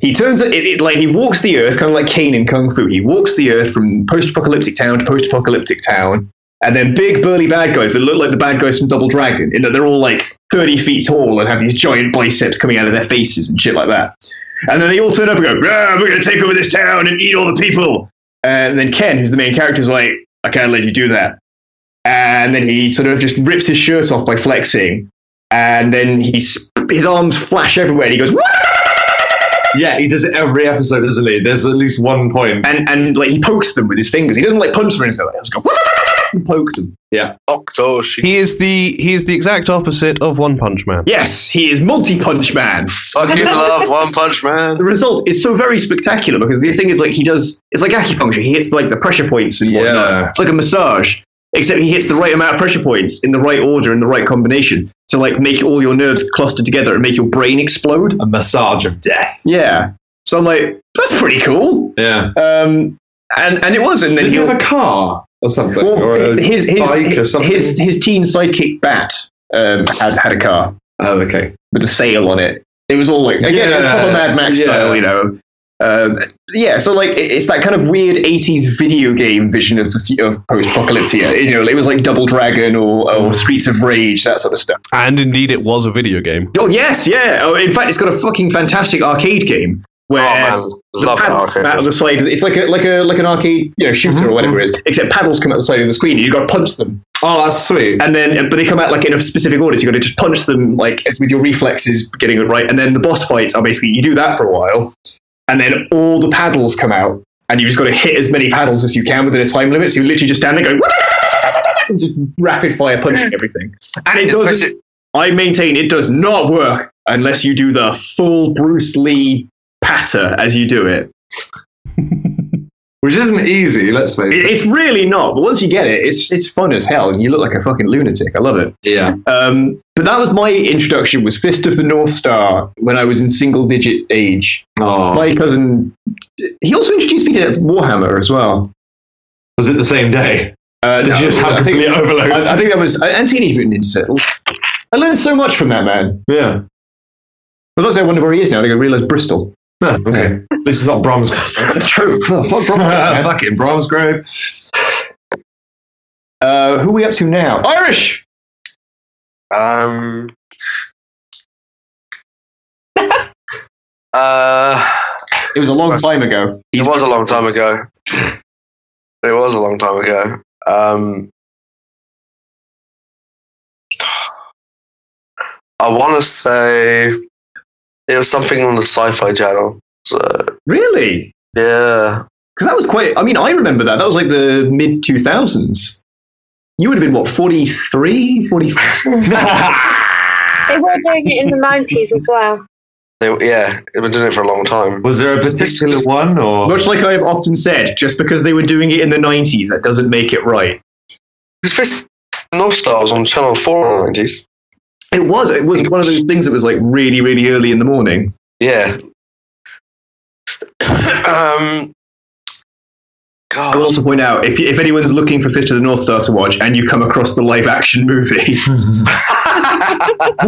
B: He turns it, it like he walks the earth, kind of like Kane in Kung Fu. He walks the earth from post-apocalyptic town to post-apocalyptic town, and then big burly bad guys that look like the bad guys from Double Dragon. You know, they're all like thirty feet tall and have these giant biceps coming out of their faces and shit like that. And then they all turn up and go, "Rah, "We're going to take over this town and eat all the people." And then Ken, who's the main character, is like, "I can't let you do that." And then he sort of just rips his shirt off by flexing, and then he's, his arms flash everywhere. And he goes, "What?"
D: Yeah, he does it every episode, doesn't he? There's at least one point.
B: and and like he pokes them with his fingers. He doesn't like punch them or anything. Like that. He just goes and pokes them. Yeah.
C: Octo she
E: He is the he is the exact opposite of One Punch Man.
B: Yes, he is multi punch man.
C: fucking love One Punch Man.
B: The result is so very spectacular because the thing is like he does. It's like acupuncture. He hits like the pressure points and whatnot.
D: Yeah.
B: It's like a massage, except he hits the right amount of pressure points in the right order in the right combination to like make all your nerves cluster together and make your brain explode.
D: A massage of death.
B: Yeah. So I'm like, that's pretty cool.
D: Yeah.
B: Um, and and it was, and then
D: Did he
B: he'll-
D: have a car or something?
B: Well,
D: or a-
B: his,
D: bike or
B: his,
D: something?
B: his, his teen sidekick Bat um, had, had a car
D: oh, okay.
B: with a sail on it. It was all like, again, it was
D: Yeah,
B: proper Mad Max
D: yeah.
B: style, you know. Um, yeah, so like it- it's that kind of weird '80s video game vision of the fu- of post-apocalyptia. You know, it was like Double Dragon or,
D: Mm.
B: or Streets of Rage, that sort of stuff.
E: And indeed, it was a video game.
B: Oh yes, yeah. Oh, in fact, it's got a fucking fantastic arcade game where
C: Oh man,
B: the
C: love that
B: paddles come out of
C: arcade.
B: the
D: Mm-hmm.
B: side. It's like a like a like an arcade you know shooter or whatever it is, except paddles come out the side of the screen. and You've got to punch them
D: Oh, that's sweet.
B: and then but they come out like in a specific order. So you're going to just punch them like with your reflexes getting it right, and then the boss fights are basically you do that for a while, and then all the paddles come out, and you've just got to hit as many paddles as you can within a time limit. So you literally just stand there going. and Just rapid fire punching everything, and it
C: It's
B: doesn't.
C: basic-
B: I maintain it does not work unless you do the full Bruce Lee patter as you do it.
D: Which isn't easy, let's face
B: It- It's really not, but once you get it, it's it's fun as hell, and you look like a fucking lunatic. I love it.
D: Yeah.
B: Um, but that was my introduction was Fist of the North Star when I was in single digit age.
D: Oh.
B: My cousin, he also introduced me to Warhammer as well.
D: was it the same day?
B: Uh,
D: Did
B: no,
D: you just have
B: I,
D: complete
B: think,
D: overload?
B: I, I think that was uh, and Teenage Mutant Ninja Turtles. I learned so much from that man.
D: yeah.
B: But that's I wonder where he is now. I think I realised Bristol.
D: No, okay. this is not Brahms.
B: That's true. Oh, fuck Bristol, man.
D: Fuck it, Brahms Grove.
B: uh, who are we up to now? Irish.
C: Um. uh,
B: It was a long time ago.
C: it
B: He's-
C: was a long time ago. It was a long time ago. Um, I want to say it was something on the Sci-Fi Channel. So
B: really
C: yeah,
B: because that was quite. I mean, I remember that. That was like the mid two thousands. You would have been what 43, 44?
A: They were doing it in the 90s as well.
C: they, yeah, they've been doing it for a long time.
D: Was there a particular one or?
B: Much like I've often said, just because they were doing it in the 90s, that doesn't make it right.
C: Because Fist North Star was on Channel Four in the nineties.
B: It was. It was one of those things that was like really, really early in the morning.
C: Yeah. um.
B: I
C: God.
B: will also point out if, if anyone's looking for Fist of the North Star to watch and you come across the live action movie,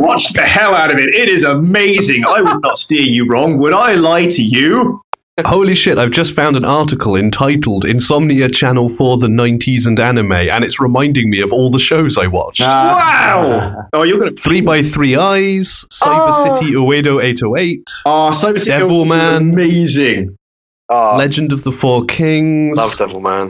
B: watch the hell out of it. It is amazing. I would not steer you wrong. Would I lie to you?
E: Holy shit, I've just found an article entitled Insomnia Channel for the 90s and Anime, and it's reminding me of all the shows I watched.
B: wow. Oh, you're going to.
E: Three by Three Eyes, Cyber
A: Oh.
E: City Uedo 808,
B: Oh, Cyber City
E: Devil
B: was
E: Man.
B: Amazing.
C: Oh,
E: Legend of the Four Kings.
C: love Devil Man.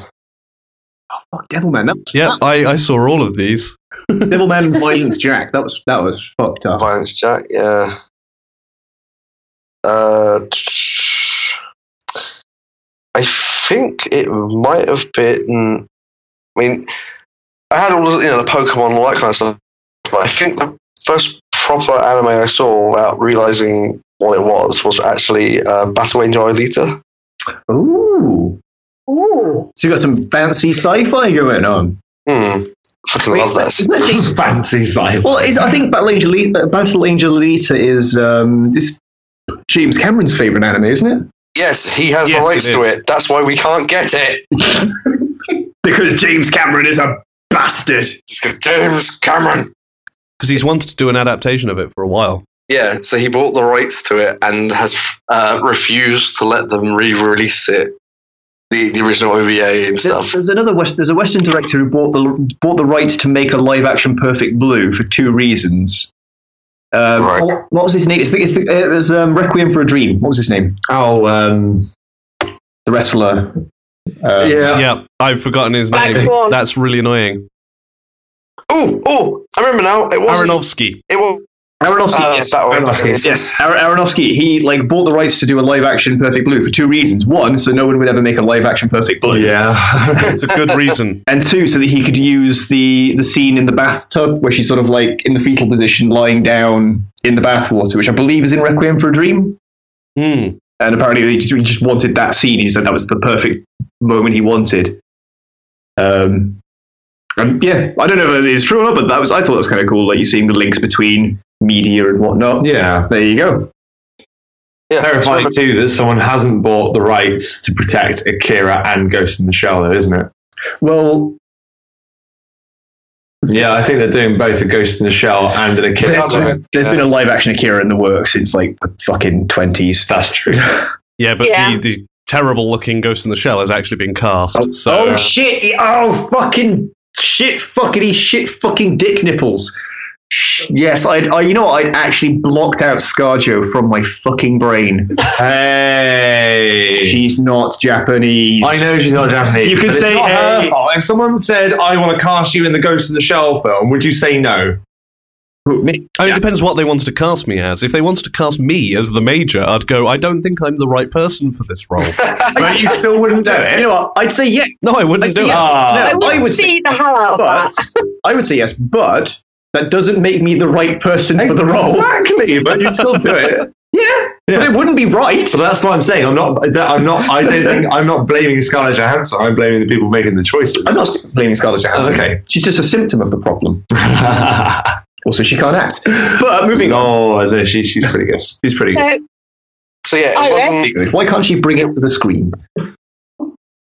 B: Fuck, Devilman. That,
E: Yeah, I, I saw all of these.
B: Devilman Violence Jack. That was, that was fucked up.
C: Violence Jack, yeah. Uh, I think it might have been. I mean, I had all the, you know the Pokemon all that kind of stuff, but I think the first proper anime I saw without realizing what it was was actually uh, Battle Angel Alita.
B: Ooh.
A: Ooh.
B: So you've got some fancy sci fi going on.
C: Hmm, fucking
B: Wait,
C: love that.
B: isn't that thing-
D: fancy sci
B: Well, it's, I think Battle Angel, Alita- Battle Angel Alita is um, it's James Cameron's favorite anime, isn't it?
C: Yes, he has
E: Yes,
C: the rights
E: it
C: to
E: is.
C: it. That's why we can't get it.
B: Because James Cameron is a bastard.
C: It's 'cause James Cameron.
E: Because he's wanted to do an adaptation of it for a while.
C: Yeah, so he bought the rights to it and has uh, refused to let them re-release it, the, the original OVA and
B: There's,
C: stuff.
B: there's another West, there's a Western director who bought the bought the right to make a live action Perfect Blue for two reasons. Um,
C: Right.
B: oh, What was his name? It's the, it's the, it was um, Requiem for a Dream. What was his name?
D: Oh, um,
B: The wrestler. Um,
D: yeah.
E: Yeah, I've forgotten his
A: Black
E: name.
A: Swan.
E: That's really annoying.
C: Oh, oh, I remember now. It wasn't.
E: Aronofsky.
C: It was.
B: Aronofsky,
C: Uh,
B: yes.
C: that one.
B: Aronofsky, yes. yes. Ar- Aronofsky, he like bought the rights to do a live action Perfect Blue for two reasons. One, so no one would ever make a live action Perfect Blue.
D: Yeah.
E: It's a good reason.
B: And two, so that he could use the the scene in the bathtub where she's sort of like in the fetal position, lying down in the bathwater, which I believe is in Requiem for a Dream.
E: Hmm.
B: And apparently, he just, he just wanted that scene. He said that was the perfect moment he wanted. Um, and yeah, I don't know if it's true or not, but that was I thought it was kind of cool, like you seeing the links between media and whatnot.
D: yeah.
B: There you go.
C: Yeah,
D: Terrifying
C: so-
D: too that someone hasn't bought the rights to protect Akira and Ghost in the Shell, though, isn't it?
B: Well,
D: Yeah, I think they're doing both a Ghost in the Shell and an Akira.
B: There's
C: That's right. Yeah.
B: been a live action Akira in the works since like the fucking twenties.
D: That's true.
E: Yeah, but
A: Yeah.
E: the, the terrible looking Ghost in the Shell has actually been cast. so
B: oh shit! Oh fucking shit! Fuckity shit! Fucking dick nipples!
C: much.
B: Yes, I, I. You know what? I actually blocked out Scarjo from my fucking brain.
D: Hey.
B: She's not Japanese.
D: I know she's not Japanese.
B: You can
D: but it's
B: say,
D: not her
B: hey.
D: fault. If someone said, "I want to cast you in the Ghost in the Shell film," would you say no?
B: Who, me?
E: I mean, it depends what they wanted to cast me as. If they wanted to cast me as the major, I'd go, I don't think I'm the right person for this role.
D: But you still wouldn't do
B: You
D: it.
B: know what? I'd say yes.
E: no, I wouldn't
B: I
E: do
B: see
E: it.
B: it.
D: Ah,
A: I
B: No,
A: would,
B: I would
A: see
B: say
A: the hell out of
B: but
A: that.
B: I would say yes, but that doesn't make me the right person for the role.
D: Exactly, but you'd still do it.
B: Yeah,
D: Yeah.
B: but it wouldn't be right.
D: So that's what I'm saying. I'm not. I'm not. I don't think I'm not blaming Scarlett Johansson. I'm blaming the people making the choices.
B: I'm not blaming Scarlett Johansson.
D: Okay.
B: she's just a symptom of the problem. Also, she can't act. But moving on.
D: oh, I think she, she's pretty good. She's pretty good.
A: So,
C: So yeah,
A: Okay.
C: it wasn't.
B: Why can't she bring it to the screen?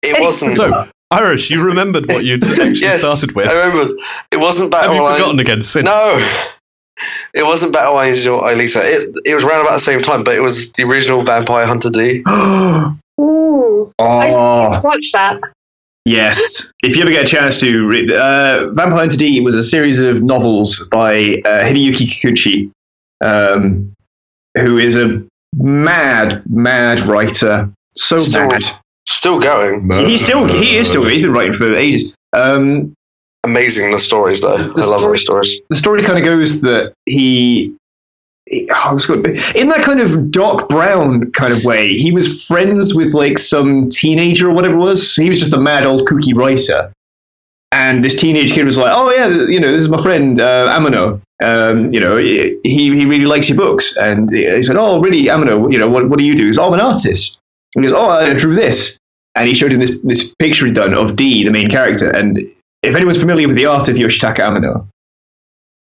C: It wasn't.
E: So, Irish, you remembered what you'd actually
C: yes,
E: started with.
C: I remembered. It wasn't Battle
E: Have you
C: Line-
E: forgotten again since?
C: No, it wasn't Battle Angel or Elisa. It it was round about the same time, but it was the original Vampire Hunter D.
A: ooh, I
B: Oh.
A: should watch that.
B: Yes. If you ever get a chance to read, uh, Vampire Hunter D was a series of novels by uh, Hideyuki Kikuchi, um, who is a mad, mad writer. So
C: Still-
B: mad.
C: Still going.
B: He's still, he is still, he's been writing for ages. Um,
C: Amazing the stories though. I love those stories.
B: the story kind of goes that he, he oh, it's got- in that kind of Doc Brown kind of way, he was friends with like some teenager or whatever it was. So he was just a mad old kooky writer. And this teenage kid was like, oh, yeah, th- you know, this is my friend, uh, Amino. Um, you know, he, he really likes your books. And he said, oh, really, Amino, you know, what, what do you do? He's, oh, I'm an artist. And he goes, oh, I drew this. And he showed him this, this picture he'd done of D, the main character. And if anyone's familiar with the art of Yoshitaka Amino,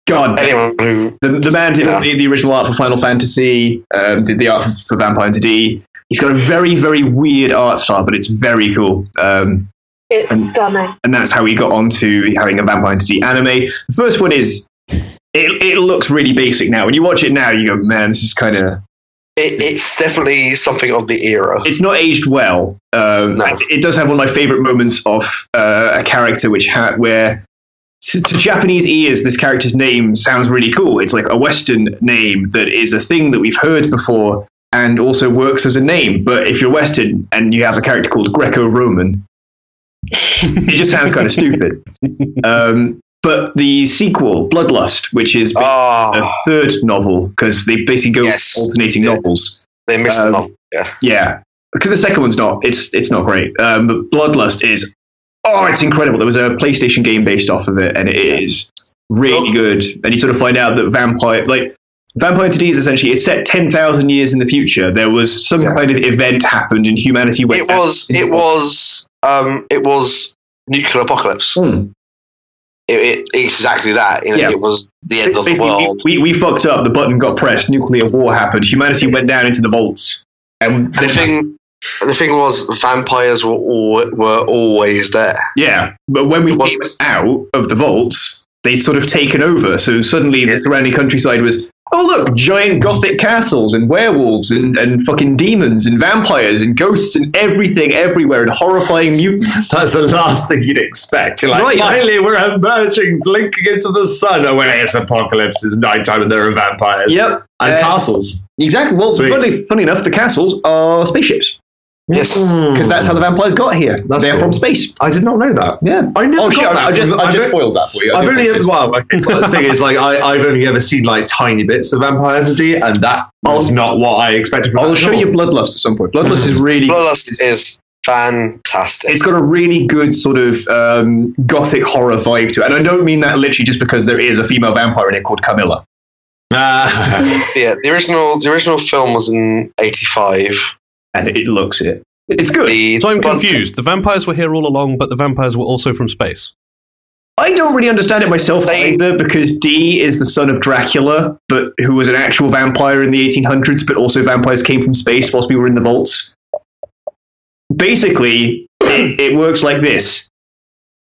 B: God,
C: Anyone who
B: the, the man did
C: Yeah.
B: the, the original art for Final Fantasy, um, did the art for, for Vampire Hunter D. He's got a very, very weird art style, but it's very cool. Um,
A: It's
B: And-
A: stunning.
B: and that's how he got onto having a Vampire Hunter D anime. The first one is, it, it looks really basic now. When you watch it now, you go, man, this is kind of,
C: it, it's definitely something of the era.
B: it's not aged well. Um,
C: No.
B: and It does have one of my favorite moments of uh, a character which had where to, to Japanese ears, this character's name sounds really cool. It's like a Western name that is a thing that we've heard before and also works as a name. But if you're Western and you have a character called Greco-Roman, it just sounds kind of stupid. Um, but the sequel, Bloodlust, which is the
C: Ah,
B: third novel, because they basically go
C: Yes.
B: alternating
C: Yeah.
B: novels.
C: they missed
B: um,
C: them off.
B: Yeah, because the second one's not. It's it's not great. Um, but Bloodlust is. Oh, it's incredible. There was a PlayStation game based off of it, and it is really good. And you sort of find out that vampire, like vampire entity, is essentially it's set ten thousand years in the future. There was some
C: Yeah.
B: kind of event happened, and humanity went.
C: It was.
B: uh,
C: It was. Um. It was nuclear apocalypse.
B: Hmm.
C: It, it exactly that. You know,
B: Yeah.
C: it was the end of the
B: Basically,
C: world.
B: we, we fucked up. The button got pressed. Nuclear war happened. Humanity went down into the vaults. And
C: The
B: then-
C: thing. The thing was, vampires were all, were always there.
B: Yeah, but when we
C: It
B: came
C: wasn't-
B: out of the vaults, they'd sort of taken over. So suddenly the surrounding countryside was, oh, look, giant gothic castles and werewolves and, and fucking demons and vampires and ghosts and everything everywhere and horrifying mutants.
D: That's the last thing you'd expect. You're like,
B: Right.
D: finally, we're emerging, blinking into the sun. Oh, wait, it's apocalypse. It's nighttime, and there are vampires
B: yep.
D: and
B: Uh,
D: castles.
B: Exactly. Well,
D: Sweet.
B: funny, funny enough, the castles are spaceships
C: Yes.
B: because that's how the vampires got here.
D: Hmm. That's
B: They're
D: cool.
B: from space.
D: I did not know that.
B: Yeah.
D: I never
B: Oh
D: got
B: shit!
D: that.
B: I, I just
D: from-
B: I
D: I've
B: just
D: o-
B: spoiled that for you. I
D: I've
B: do
D: only
B: apologize.
D: well, okay. well, the thing is, like, I, I've only ever seen like tiny bits of Vampire Entity, and that was not what I expected. From
B: Mm. I'll
D: that
B: show
D: film.
B: you Bloodlust at some point. Bloodlust is really
C: Bloodlust is fantastic.
B: it's got a really good sort of um, gothic horror vibe to it. And I don't mean that literally just because there is a female vampire in it called Camilla.
D: Ah.
C: yeah, the original the original film was in '85.
B: And it looks it. It's good.
C: The
E: So I'm
C: Blood-
E: confused. The vampires were here all along, but the vampires were also from space.
B: I don't really understand it myself
C: They-
B: either because D is the son of Dracula, but who was an actual vampire in the 1800s, but also vampires came from space whilst we were in the vaults. Basically, it, it works like this.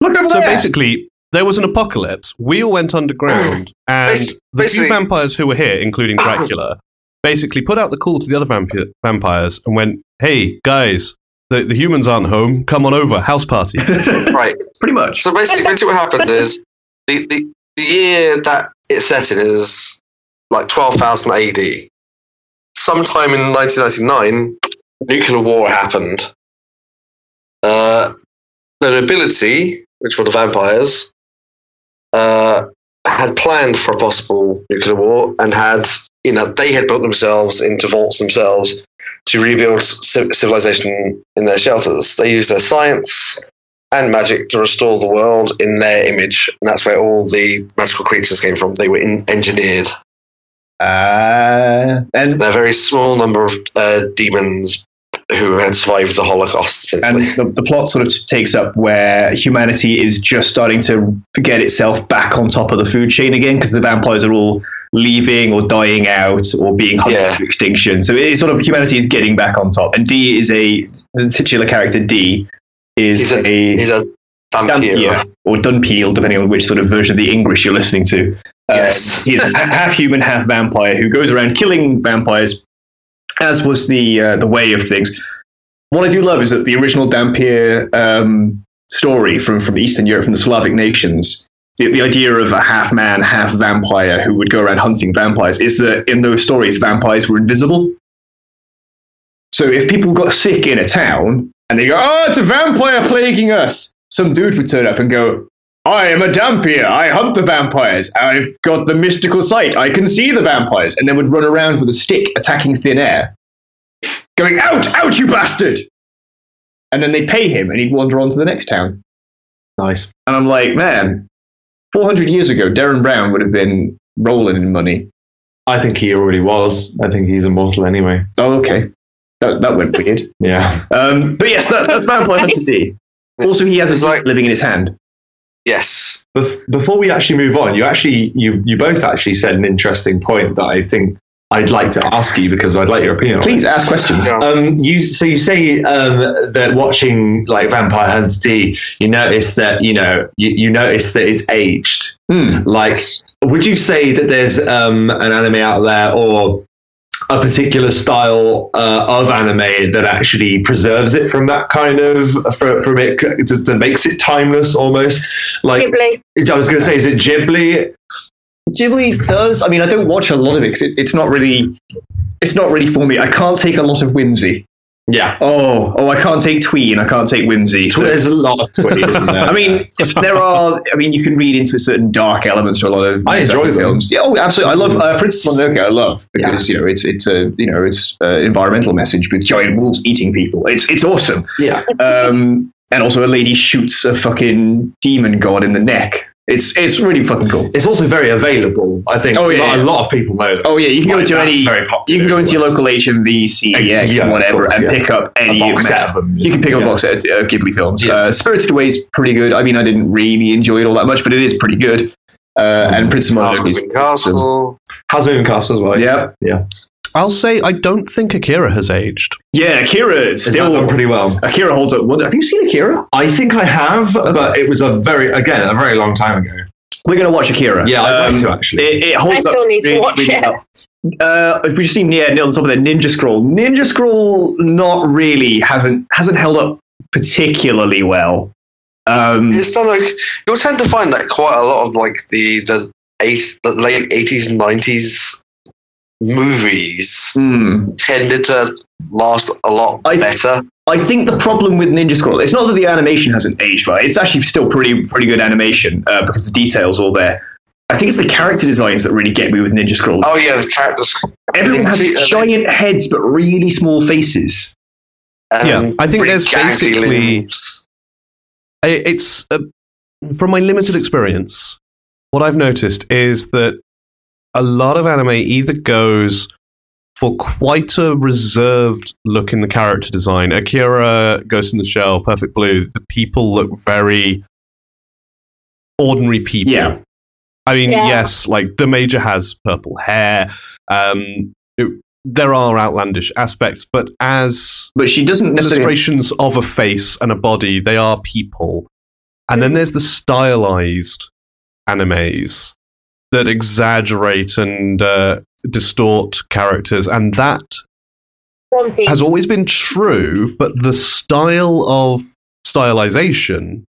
B: Look over
E: So
B: there.
E: basically, there was an apocalypse. We all went underground, and
C: Basi-
E: the few
C: basically-
E: vampires who were here, including Dracula, basically put out the call to the other vampi- vampires and went, "Hey guys, the, the humans aren't home. Come on over, house party."
C: Right.
B: Pretty much.
C: So basically, basically what happened is the, the, the year that its setting is like 12,000 AD. Sometime in 1999, nuclear war happened. Uh, the nobility, which were the vampires, uh, had planned for a possible nuclear war and had, you know, they had built themselves into vaults themselves to rebuild civ- civilization in their shelters. They used their science and magic to restore the world in their image, and that's where all the magical creatures came from. They were in- engineered.
B: Uh, and
C: There are a very small number of uh, demons who had survived the Holocaust,
B: and the,
C: essentially.
B: the plot sort of takes up where humanity is just starting to get itself back on top of the food chain again because the vampires are all leaving or dying out or being hunted
C: Yeah.
B: to extinction. So it's sort of humanity is getting back on top. And D is a the titular character. D is
C: He's
B: a,
C: a- He's a vampire.
B: Dampier or Dunpeel, depending on which sort of version of the English you're listening to. Um,
C: Yes.
B: he's a half human, half vampire who goes around killing vampires, as was the uh, the way of things. What I do love is that the original Dampier um, story from, from Eastern Europe, from the Slavic nations, the, the idea of a half man, half vampire who would go around hunting vampires is that in those stories, vampires were invisible. So if people got sick in a town and they go, oh, it's a vampire plaguing us, some dude would turn up and go, I am a dampier. I hunt the vampires. I've got the mystical sight. I can see the vampires. And then would run around with a stick attacking thin air, going, out, out, you bastard. And then they'd pay him and he'd wander on to the next town.
D: Nice.
B: And I'm like, man, 400 years ago, Darren Brown would have been rolling in money.
D: I think he already was. I think he's immortal anyway.
B: Oh, okay. That, that went weird.
D: Yeah.
B: Um, but yes, that, that's Vampire Hunter D. Also, he has a
C: It's
B: dick
C: like-
B: living in his hand.
C: Yes.
D: Bef- before we actually move on, you actually you you both actually said an interesting point that I think I'd like to ask you because I'd like your opinion. on it.
B: Please ask questions.
C: Yeah.
D: Um, you so you say um, that watching like Vampire Hunter D, you notice that you know you, you notice that it's aged.
B: Hmm.
D: Like,
C: yes.
D: would you say that there's um, an anime out there or a particular style uh, of anime that actually preserves it from that kind of fro- from it that that makes it timeless almost? Like,
A: Ghibli.
D: I was going to say, is it Ghibli?
B: Ghibli does. I mean, I don't watch a lot of it 'cause it, it's not really, it's not really for me. I can't take a lot of whimsy.
D: Yeah,
B: Oh, oh, I can't take tween. I can't take whimsy.
D: Tw-
B: So-
D: there's a lot of Twitty, isn't there?
B: I mean, there are. I mean, you can read into a certain dark elements to a lot of.
D: I enjoy them.
B: films. Yeah, oh, absolutely. I love uh, Princess Mononoke. I love
D: Yeah.
B: because you know it's it's a you know it's uh, environmental message with giant wolves eating people. It's it's awesome.
D: yeah,
B: Um, and also a lady shoots a fucking demon god in the neck. It's it's really fucking cool.
D: it's also very available. I think.
B: Oh, yeah,
D: a, lot,
B: yeah.
D: a lot of people know. That.
B: Oh yeah, you can go
D: Like,
B: to
D: that's
B: any.
D: very popular
B: You can go into your
D: in the
B: local HMV, CEX,
D: Yeah, of
B: E whatever,
D: course,
B: and
D: yeah.
B: pick up
D: West.
B: any
D: a box
B: map.
D: set of them.
B: You can pick up a
D: yeah.
B: box set of uh, Ghibli films.
D: Yeah.
B: Uh, Spirited Away is pretty good. I mean, I didn't really enjoy it all that much, but it is pretty good. Uh, and Prince of
C: Castle
D: Oh,
B: Mononoke is
C: Queen Castle.
D: Has Moon Castle as well.
B: yeah,
E: I'll say I don't think Akira has aged.
B: yeah. Akira
D: It's still done
B: still.
D: pretty well.
B: Akira holds up. Wonder. Have you seen Akira?
D: I think I have, but it was a very again a very long time ago.
B: We're gonna watch Akira.
D: Yeah, I'd like
B: Um,
D: to actually.
B: It, it holds
A: I still
B: up
A: need to
B: really,
A: watch
B: really
A: it.
B: well. Uh, if we just seen yeah, Neil on top of the Ninja Scroll. Ninja Scroll not really hasn't hasn't held up particularly well. Um,
C: It's done like you'll tend to find that quite a lot of like the the, eight, the late eighties nineties movies
B: hmm.
C: tended to last a lot
B: I-
C: better.
B: I think the problem with Ninja Scroll, it's not that the animation hasn't aged right. It's actually still pretty pretty good animation uh, because the details all there. I think it's the character designs that really get me with Ninja Scrolls.
C: Oh yeah, the characters.
B: Everyone has
C: see, uh,
B: giant heads but really small faces.
C: Um,
E: Yeah, I think
C: pretty
E: there's
C: gangly
E: basically-
C: limbs.
E: I- It's uh, from my limited experience. What I've noticed is that a lot of anime either goes for quite a reserved look in the character design. Akira, Ghost in the Shell, Perfect Blue. The people look very ordinary people.
B: Yeah.
E: I mean,
A: Yeah.
E: yes, like the major has purple hair. Um, it- there are outlandish aspects, but as
B: But she doesn't necessarily.
E: illustrations of a face and a body. They are people. And then there's the stylized animes that exaggerate and uh, distort characters. And that
A: One Piece.
E: has always been true, but the style of stylization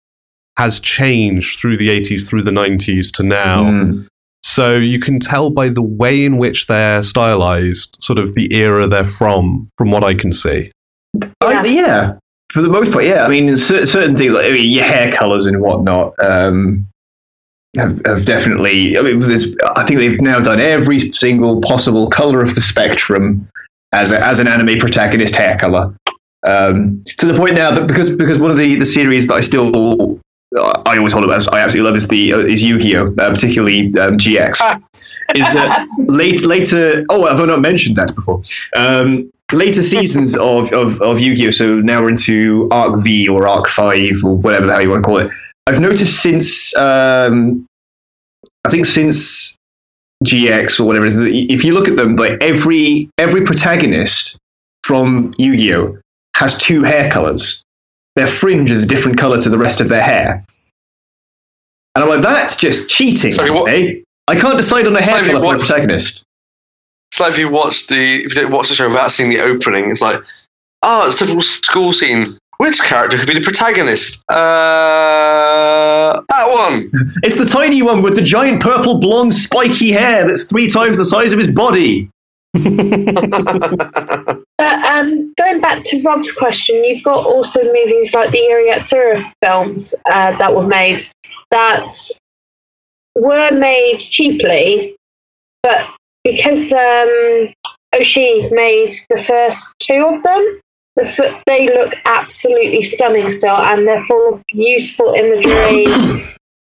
E: has changed through the 80s, through the 90s to now.
B: Mm.
E: So you can tell by the way in which they're stylized, sort of the era they're from, from what I can see.
B: I, Oh, yeah, for the most part, yeah. I mean, cer- certain things like I mean, your hair colors and whatnot um, have, have definitely. I mean, there's, I think they've now done every single possible color of the spectrum as a, as an anime protagonist hair color. Um, to the point now that because because one of the, the series that I still I always hold up as I absolutely love is the uh, is Yu Gi Oh, uh, particularly um, GX. is that late, later? Oh, have I not mentioned that before? Um, later seasons of, of, of Yu Gi Oh! So now we're into Arc V or Arc 5 or whatever the hell you want to call it. I've noticed since, um, I think since GX or whatever it is, that if you look at them, like every, every protagonist from Yu Gi Oh! has two hair colors. Their fringe is a different color to the rest of their hair. And I'm like, that's just cheating.
C: Sorry, what-
B: eh? I can't decide on a hair
C: Sorry,
B: color for
C: what-
B: my protagonist.
C: It's like if you watch the if you don't watch the show without seeing the opening, it's like, oh, it's a typical school scene. Which character could be the protagonist? Uh, that one.
B: It's the tiny one with the giant purple blonde spiky hair that's three times the size of his body.
A: But um, going back to Rob's question, you've got also movies like the Yuri Yatsura films uh, that were made that were made cheaply, but because um, Oshi made the first two of them, the f- they look absolutely stunning still, and they're full of beautiful imagery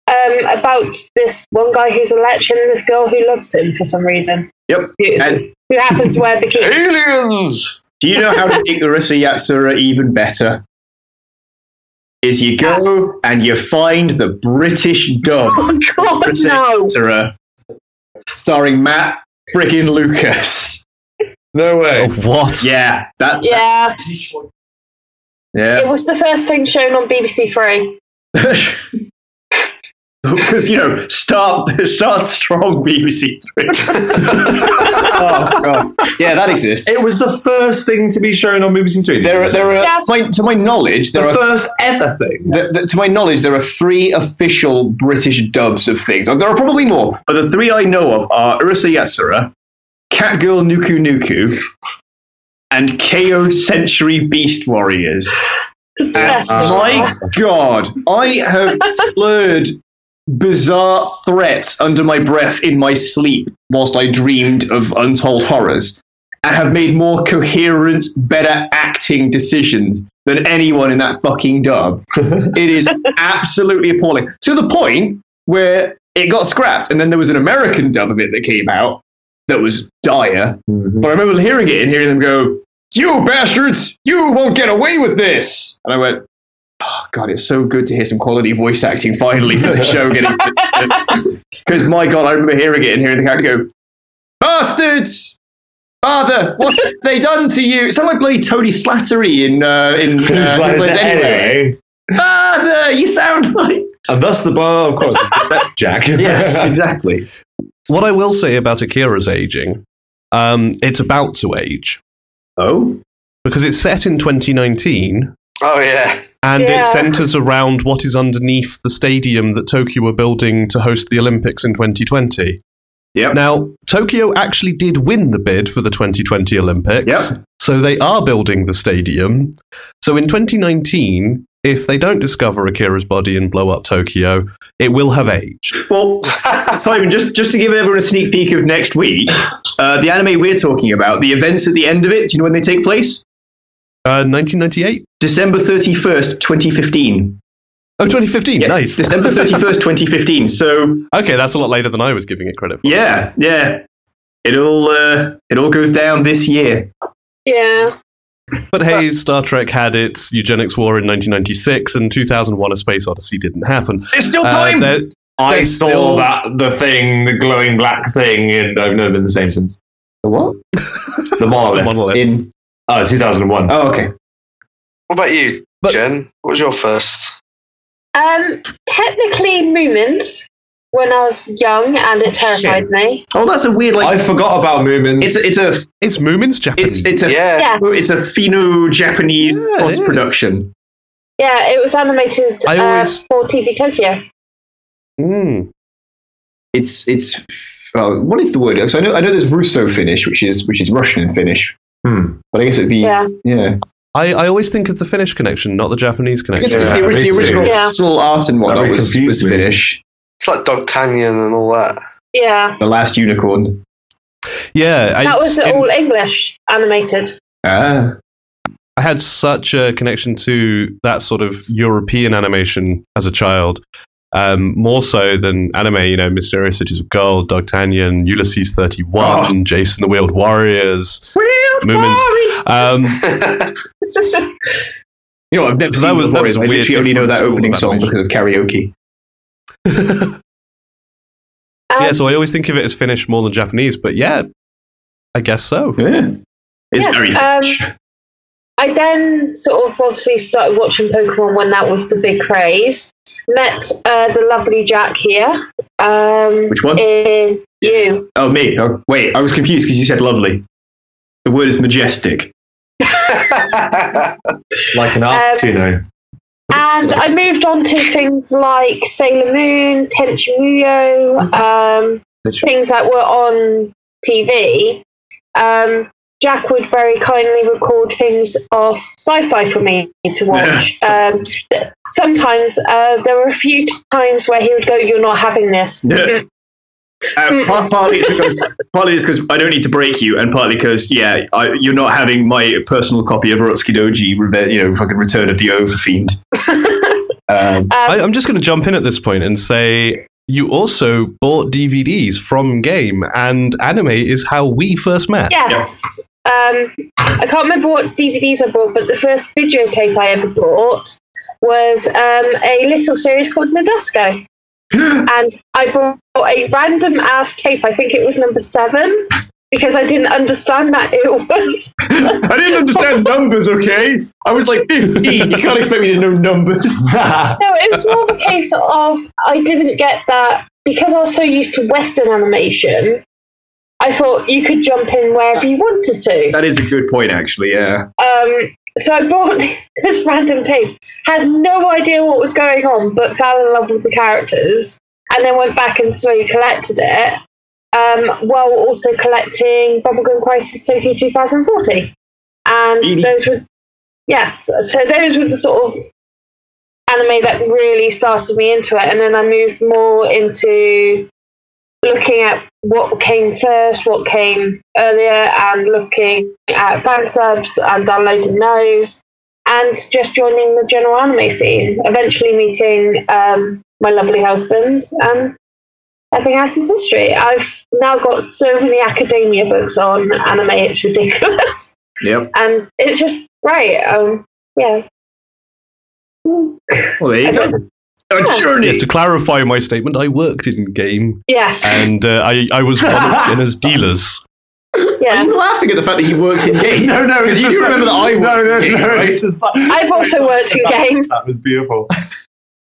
A: um, about this one guy who's a lech and this girl who loves him for some reason,
B: Yep.
A: who,
B: And-
A: who happens to wear bikinis.
C: Aliens.
B: Do you know how to make Urasa Yatsura even better? Is you go and you find the British dub
A: Oh God,
B: Urasa
A: no!
B: Yatsura, starring Matt friggin' Lucas.
D: No way.
E: what?
B: Yeah, that.
A: Yeah, it
B: Yeah.
A: was the first thing shown on BBC Three.
B: Because you know, start start strong, BBC Three.
D: Oh, God.
B: Yeah, that exists.
D: Oh. It was the first thing to be shown on BBC Three.
B: there, are, there are,
A: Yeah.
B: to, my, to my knowledge,
D: the
B: there are
D: first ever thing.
B: Th th- to my knowledge, there are three official British dubs of things. There are probably more, but the three I know of are Ursa Yatsura, Catgirl Nuku Nuku, and KO Century Beast Warriors.
A: Yes.
B: My God, I have slurred bizarre threats under my breath in my sleep whilst I dreamed of untold horrors, and have made more coherent, better acting decisions than anyone in that fucking dub. it is absolutely appalling to the point where it got scrapped, and then there was an American dub of it that came out that was dire.
D: Mm-hmm.
B: But I remember hearing it and hearing them go, "You bastards, you won't get away with this," and I went. Oh, God, it's so good to hear some quality voice acting finally for the show getting because my God, I remember hearing it and hearing the character go, "Bastards, father, what's they done to you?" It sounded like bloody Tony Slattery in uh, in uh,
D: It's like,
B: Who Plays
D: it's
B: Anyway.
D: anyway.
B: Father, you sound like
D: And thus the bar of quality. It's that Jack.
B: exactly.
E: What I will say about Akira's aging, um, it's about to age
B: Oh,
E: because it's set in 2019
C: Oh yeah.
E: and it
A: Yeah.
E: centers around what is underneath the stadium that Tokyo are building to host the Olympics in 2020.
B: Yep.
E: Now, Tokyo actually did win the bid for the 2020 Olympics.
B: Yep.
E: So they are building the stadium. So in 2019, if they don't discover Akira's body and blow up Tokyo, it will have aged.
B: well, Simon, just just to give everyone a sneak peek of next week, uh, the anime we're talking about, the events at the end of it. Do you know when they take place?
E: Uh, 1998?
B: December thirty first, twenty fifteen.
E: Oh, 2015. nice.
B: December thirty first, twenty fifteen. So
E: Okay, that's a lot later than I was giving it credit for.
B: yeah, yeah, it all uh, it all goes down this year.
A: Yeah,
E: But hey, Star Trek had its eugenics war in 1996, and 2001 A Space Odyssey didn't happen.
B: There's still
E: Uh,
B: time.
E: there-
D: I
E: There's
D: saw
E: still-
D: that the thing, the glowing black thing, and I've never been the same since.
B: The what?
D: The monolith.
E: monolith.
B: In
D: Oh, 2001.
B: oh, okay.
C: What about you,
E: But-
C: Jen? What was your first?
A: um, technically Moomin when I was young, and it terrified me.
B: Oh, that's a weird like.
D: I forgot about Moomins.
B: it's a, it's a
E: it's Moomin's Japanese.
B: it's it's a
C: yeah.
A: Yes,
B: it's a Fino Japanese
E: Yeah, it
B: post production.
A: yeah, it was animated
E: I Mm.
A: uh,
E: always- Hmm.
A: for TV Tokyo.
E: Mm.
B: it's it's uh, what is the word? 'Cause I know I know there's Russo Finnish, which is which is Russian and Finnish,
D: Hmm.
B: but I guess it'd be
A: Yeah.
B: yeah.
E: I, I always think of the Finnish connection, not the
B: I
E: Japanese
B: guess
E: connection.
B: 'cause
D: Yeah,
B: the, ori-
D: me
B: the
D: too.
B: original
A: Yeah.
B: sort of art and
D: That'd
B: whatnot
D: be
B: was,
D: confused
B: was
D: me.
B: Finnish.
C: It's like Dogtanyan and all that.
A: Yeah.
B: The Last Unicorn.
E: Yeah, I,
A: That was
E: in-
A: all English animated.
B: Ah,
E: I had such a connection to that sort of European animation as a child, um, more so than anime. You know, Mysterious Cities of Gold, D'Artagnan, Ulysses Thirty
B: Oh.
E: One, Jason the Wheeled Warriors. Moomins. Um,
A: Um,
B: you know, I've never
E: That
B: seen
E: was-
B: the
E: that
B: Warriors.
E: was a
B: I
E: weird
B: literally only know
E: different
B: that
E: school
B: opening
E: of
B: song
E: animation.
B: because of karaoke.
A: Um,
E: yeah, so I always think of it as Finnish more than Japanese, but yeah, I guess
A: Um,
E: so.
B: Yeah, it's
A: Yeah,
B: very
A: um,
B: Finnish.
A: I then sort of obviously started watching Pokemon when that was the big craze. Met uh, the lovely Jack here. Um,
B: Which one?
A: In you.
B: oh me. Oh, wait, I was confused because you said lovely. The word is majestic.
D: Like an Articuno.
A: And I moved on to things like Sailor Moon, Tenchi Muyo, um, things that were on TV. Um, Jack would very kindly record things of sci-fi for me to watch. um, th- sometimes uh, there were a few times where he would go, "You're not having this."
B: Yeah. Um, par- partly it's because partly it's because I don't need to break you, and partly because yeah, I, you're not having my personal copy of Rotsuki Doji, Reve- you know, fucking Return of the Overfiend. Um,
E: I, I'm just going to jump in at this point and say you also bought DVDs from Game, and anime is how we first met.
A: Yes. Um, I can't remember what DVDs I bought, but the first videotape I ever bought was um, a little series called Nadesco. and I bought a random ass tape, I think it was number seven, because I didn't understand that it was.
B: I didn't understand numbers. Okay, I was like 15. You can't expect me to know numbers.
A: No, it was more of a case of I didn't get that because I was so used to Western animation. I thought you could jump in wherever you wanted to.
B: that is a good point, actually. Yeah.
A: Um, so I bought this random tape, had no idea what was going on, but fell in love with the characters, and then went back and slowly collected it, um, while also collecting Bubblegum Crisis Tokyo 2040. And
B: Really?
A: those were, yes, so those were the sort of anime that really started me into it. And then I moved more into looking at what came first, what came earlier, and looking at uh, fan subs and downloading those, and just joining the general anime scene. Eventually meeting um, my lovely husband, and everything else is history. I've now got so many academia books on anime; it's ridiculous,
B: Yep.
A: and it's just great. Um, yeah. Mm,
B: Well, there you go. A journey.
E: Yes, to clarify my statement, I worked in Game,
A: Yes.
E: and uh, I, I was one of Jenna's dealers.
B: Are
A: yes.
B: you laughing at the fact that he worked in games?
D: No, no,
B: Because
D: it's
B: you
D: just-
B: do remember that I
D: No,
B: worked
D: no,
B: in games,
D: no,
B: right?
D: it's just like-
A: I've also worked in
D: That-
A: game.
D: That was beautiful.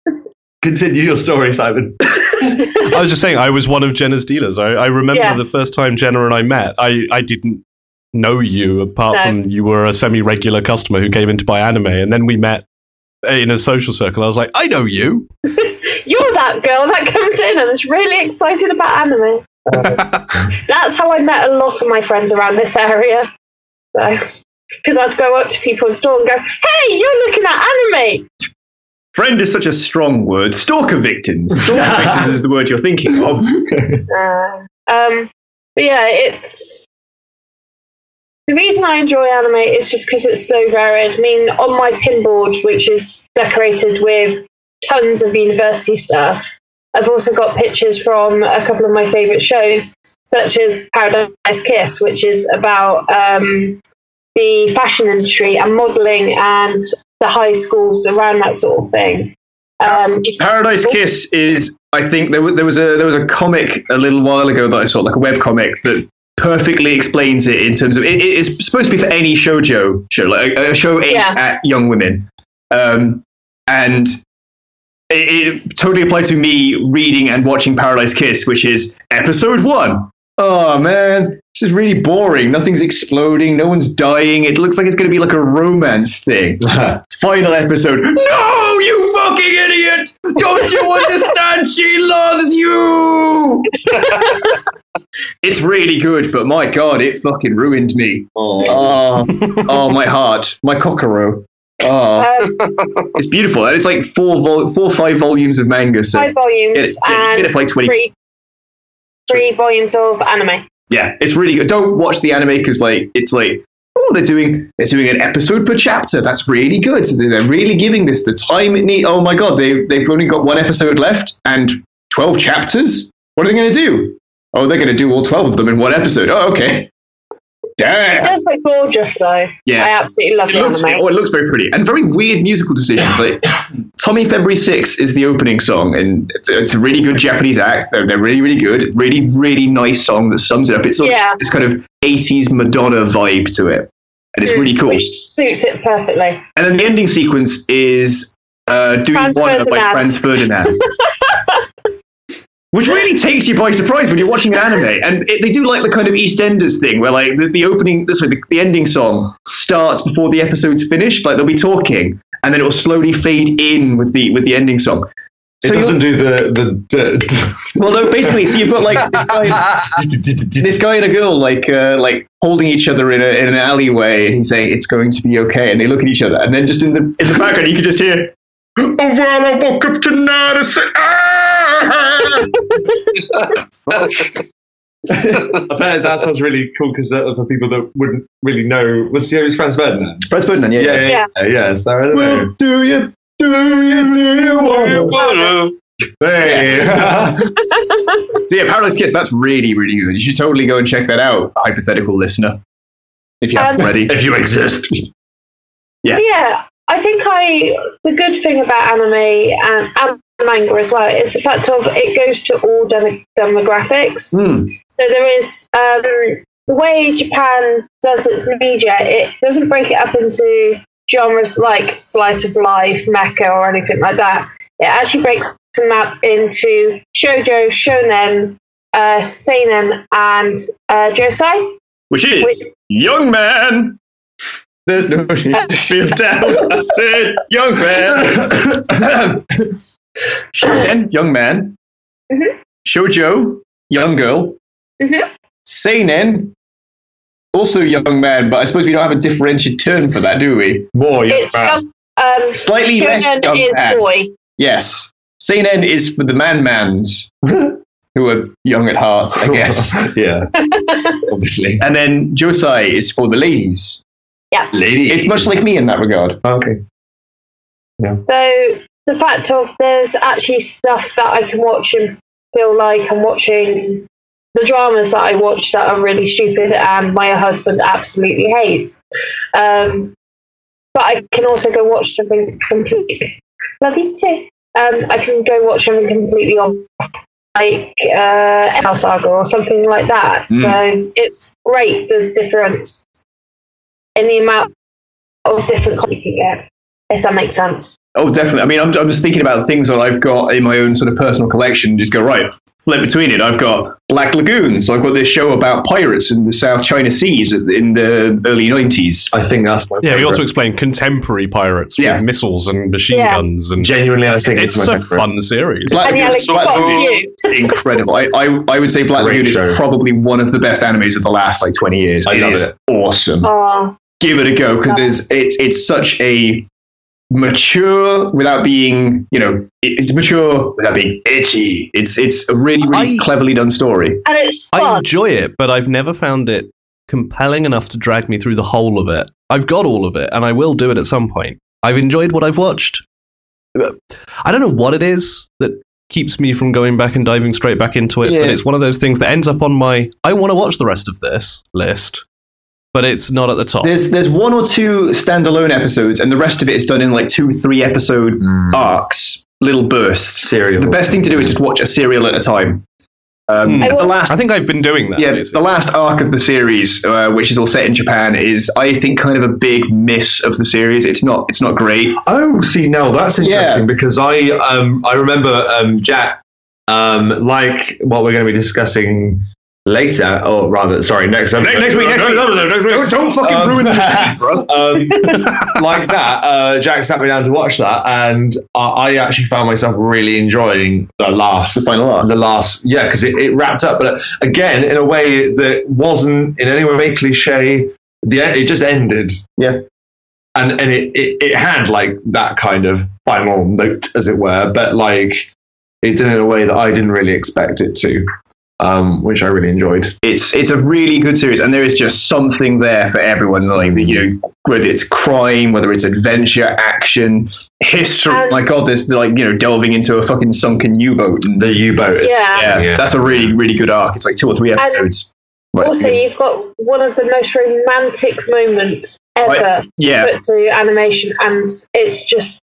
D: Continue your story, Simon.
E: I was just saying, I was one of Jenna's dealers. I, I remember
A: Yes.
E: the first time Jenna and I met. I, I didn't know you apart
A: No.
E: from you were a semi regular customer who came in to buy anime, and then we met in a social circle. I was like, I know you.
A: You're that girl that comes in and is really excited about anime. That's how I met a lot of my friends around this area. So, because I'd go up to people in store and go, "Hey, you're looking at anime."
B: Friend is such a strong word. Stalker victims. Stalker victims is the word you're thinking of.
A: Uh, um, but yeah, it's the reason I enjoy anime is just because it's so varied. I mean, on my pinboard, which is decorated with tons of university stuff, I've also got pictures from a couple of my favourite shows, such as Paradise Kiss, which is about um, the fashion industry and modelling and the high schools around that sort of thing. Um,
B: Paradise Kiss is, I think, there was, there was a there was a comic a little while ago that I saw, like a web comic that perfectly explains it in terms of it, it- it's supposed to be for any shoujo show, like a, a show aimed
A: Yeah.
B: at young women, um, and it, it totally applies to me reading and watching Paradise Kiss, which is episode one. Oh man, this is really boring. Nothing's exploding. No one's dying. It looks like it's going to be like a romance thing final episode. No, you fucking idiot! Don't you understand? She loves you. It's really good, but my god, it fucking ruined me. Oh, oh my heart, my cockero. Oh,
A: Um,
B: it's beautiful. And it's like four, vol- four or five volumes of manga. So
A: five
B: get
A: volumes
B: it, get,
A: and
B: it- get it for like twenty.
A: three, three volumes of anime.
B: Yeah, it's really good. Don't watch the anime because like it's like oh they're doing they're doing an episode per chapter. That's really good. So they're really giving this the time it needs. Oh my god, they they've only got one episode left and twelve chapters. What are they going to do? Oh, they're going to do all twelve of them in one episode. Oh, okay.
A: It
B: Damn.
A: does look gorgeous though.
B: Yeah.
A: I absolutely love
B: It
A: the
B: looks,
A: anime.
B: oh, it looks very pretty and very weird musical decisions. Like Tommy February 6 is the opening song, and it's- it's a really good Japanese act. They're, they're really, really good. Really, really nice song that sums it up. It's sort of
A: Yeah.
B: this kind of 80s Madonna vibe to it, and it's
A: Mm,
B: really cool.
A: Which suits it perfectly.
B: And then the ending sequence is uh, Do You
A: Franz
B: Wanna by
A: Ferdinand.
B: Franz Ferdinand. Which really takes you by surprise when you're watching an anime, and it, they do like the kind of EastEnders thing where, like, the, the opening, the- sorry, the, the ending song starts before the episode's finished. Like they'll be talking, and then it will slowly fade in with the with the ending song.
D: It
B: So you're-
D: doesn't do the the.
B: well, no, basically, so you've got like this guy,
D: the
B: this guy and a girl like uh, like holding each other in, a, in an alleyway, and he's saying it's going to be okay, and they look at each other, and then just in the in the background you can just hear, "Oh well, I woke up tonight, I said, ah!"
D: I bet that sounds really cool because for people that wouldn't really know, what's the name? Franz Ferdinand.
B: Franz Ferdinand, yeah, yeah.
D: yeah. yeah, yeah. So I don't know.
B: do you do you do you
C: Oh,
B: want?
C: uh,
D: Hey.
B: So yeah, Paradise Kiss. That's really really good. You should totally go and check that out, hypothetical listener, if you haven't
A: Um,
B: already.
D: if you exist.
B: Yeah.
A: yeah, I think I the good thing about anime and, and manga as well is the fact of it goes to all dem- demographics.
B: Hmm.
A: So there is um, the way Japan does its media. It doesn't break it up into genres like slice of life, mecha, or anything like that. It actually breaks them up into shoujo, shonen, uh, seinen, and uh, josei.
B: Which is
A: Wait.
B: young man. There's no need to feel down. I said, young man. Shonen, young man.
A: Mhm.
B: Shoujo, young girl.
A: Mhm.
B: Seinen, also young man, but I suppose we don't have a differentiated term for that, do we?
D: More young
A: It's
D: man.
A: young, um,
B: Slightly less young
A: shonen is
B: man.
A: boy.
B: Yes. Seinen is for the man-mans, who are young at heart, I guess.
D: yeah. Obviously.
B: and then Josei is for the ladies.
D: Lady.
B: It's much like me in that regard.
D: Okay.
A: So the fact of there's actually stuff that I can watch and feel like I'm watching the dramas that I watch that are really stupid and my husband absolutely hates. Um, but I can also go watch something completely. Love you too. Um, I can go watch something completely on like uh, Exile Saga or something like that. So it's great the difference in the amount of different content you can get, if that makes sense.
B: Oh, definitely. I mean, I'm, I'm just thinking about the things that I've got in my own sort of personal collection. Just go right, flip between it. I've got Black Lagoon, so I've got this show about pirates in the South China Seas at- in the early '90s.
D: I think that's my
E: Yeah, we
D: favorite.
E: also explain contemporary pirates
B: Yeah.
E: with missiles and machine
A: Yes.
E: guns, and
D: Genuinely, I think
E: it's
D: it's,
E: a
D: my favorite.
E: fun series.
B: Black
A: And
B: Lagoon-
A: Alex,
B: Black
A: what
B: Lagoon
A: about
B: is
A: you?
B: incredible. I, I, I would say Black
D: Great
B: Lagoon
D: show.
B: is probably one of the best animes of the last like 20 years.
D: I
B: It
D: love
B: is
D: it.
B: awesome.
A: Oh,
B: give it a go because
A: Yeah.
B: there's it's it's such a mature without being you know it- it's mature without being itchy. It's it's a really really
E: I-
B: cleverly done story.
A: and it's
E: I
A: fun.
E: enjoy it, but I've never found it compelling enough to drag me through the whole of it. I've got all of it, and I will do it at some point. I've enjoyed what I've watched. I don't know what it is that keeps me from going back and diving straight back into it,
B: Yeah.
E: but it's one of those things that ends up on my I want to watch the rest of this list, but it's not at the top.
B: There's there's one or two standalone episodes and the rest of it is done in like two three episode arcs, little Hmm. bursts.
D: Serial.
B: The best thing to do is just watch a serial at a time. Um,
E: Hmm.
A: I
B: The
A: will-
B: last
E: I think I've been doing that.
B: yeah,
E: basically.
B: the last arc of the series, uh, which is all set in Japan, is I think kind of a big miss of the series. It's not it's not great.
D: Oh, see, now that's interesting because I um I remember um Jack um like what we're going to be discussing later, or rather, sorry, next episode.
B: Next week, next week.
D: next week.
B: Don't- don't fucking ruin the week,
D: um, like that, uh, Jack sat me down to watch that, and I, I actually found myself really enjoying the last, the final arc, the last, yeah, because it, it wrapped up. But again, in a way that wasn't in any way cliche. The end, it just ended, yeah, and and it, it it had like that kind of final note, as it were, but like it did in a way that I didn't really expect it to, um, which I really enjoyed.
B: it's it's a really good series, and there is just something there for everyone. Like you know, whether it's crime, whether it's adventure, action, history.
A: And-
B: my God, there's like you know delving into a fucking sunken U boat.
D: The U boat.
A: Yeah.
B: Yeah,
D: Yeah.
B: that's a really really good arc. It's like two or three episodes. But,
A: Also, you've got one of the most romantic moments ever
B: yeah,
A: put to animation, and it's just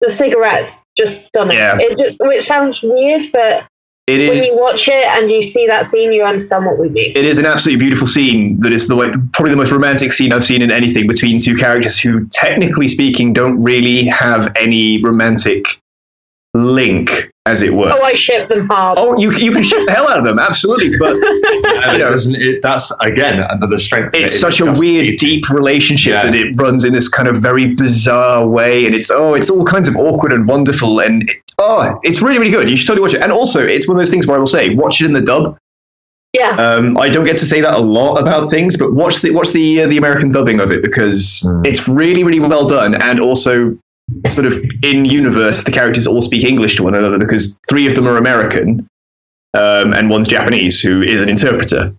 A: the cigarettes just stunning.
B: Yeah.
A: It just, which sounds weird, but
B: it
A: when
B: is.
A: you watch it and you see that scene, you understand what we mean.
B: it is an absolutely beautiful scene that is the like, probably the most romantic scene I've seen in anything between two characters who, technically speaking, don't really have any romantic link, as it were.
A: Oh, I ship them hard.
B: Oh, you, you can shit the hell out of them, absolutely. But
D: And it
B: You know.
D: doesn't, it, that's again another strength. of it.
B: it's such a
D: just-
B: weird, deep relationship
D: Yeah.
B: that it runs in this kind of very bizarre way, and it's oh, it's all kinds of awkward and wonderful, and it- oh, it's really, really good. You should totally watch it. And also, it's one of those things where I will say, watch it in the dub.
A: Yeah.
B: Um, I don't get to say that a lot about things, but watch the watch the uh, the American dubbing of it because
D: Mm.
B: it's really, really well done, and also sort of in universe, the characters all speak English to one another because three of them are American. Um, and one's Japanese, who is an interpreter.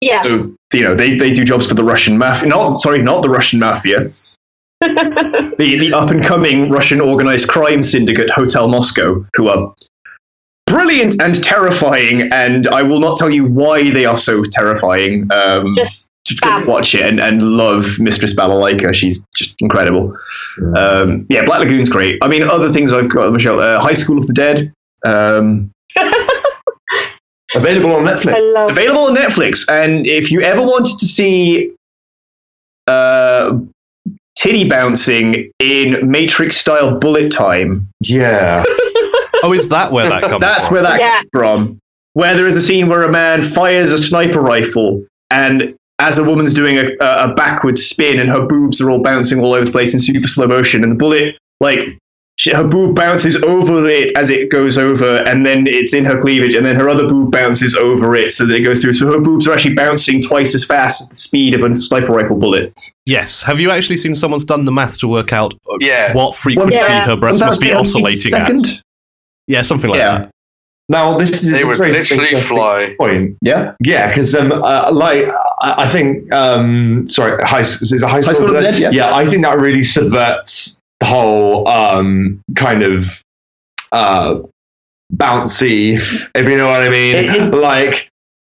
A: Yeah.
B: So you know they, they do jobs for the Russian mafia. Not sorry, not the Russian mafia. The the up and coming Russian organized crime syndicate Hotel Moscow, who are brilliant and terrifying. And I will not tell you why they are so terrifying. Um,
A: just
B: just go
A: Bam.
B: watch it and, and love Mistress Balalaika. She's just incredible. Um, yeah, Black Lagoon's great. I mean, other things I've got on Michelle. Uh, High School of the Dead. Um,
D: available on Netflix.
A: I love
B: available on Netflix. And if you ever wanted to see uh, titty bouncing in Matrix style bullet time,
D: yeah,
E: Oh, is that where that comes
B: that's
E: from?
B: where that
A: Yeah.
B: comes from. Where there is a scene where a man fires a sniper rifle and as a woman's doing a, a, a backward spin and her boobs are all bouncing all over the place in super slow motion and the bullet like she, her boob bounces over it as it goes over and then it's in her cleavage and then her other boob bounces over it so that it goes through so her boobs are actually bouncing twice as fast as the speed of a sniper rifle bullet
E: Yes. Have you actually seen someone's done the math to work out uh,
C: Yeah.
E: what frequencies
A: Yeah.
E: her breasts must be oscillating at?
B: second?
E: Yeah, something like
B: Yeah.
E: that.
D: now this is
C: They
D: it's
C: would
D: very
C: literally
D: interesting
C: fly.
D: Point.
B: yeah
D: Yeah, because um, uh, like I, I think um, sorry, high s- is it high school,
B: School of the Dead, yeah.
D: I think that really subverts the whole um, kind of uh, bouncy, if you know what I mean.
B: It- it-
D: like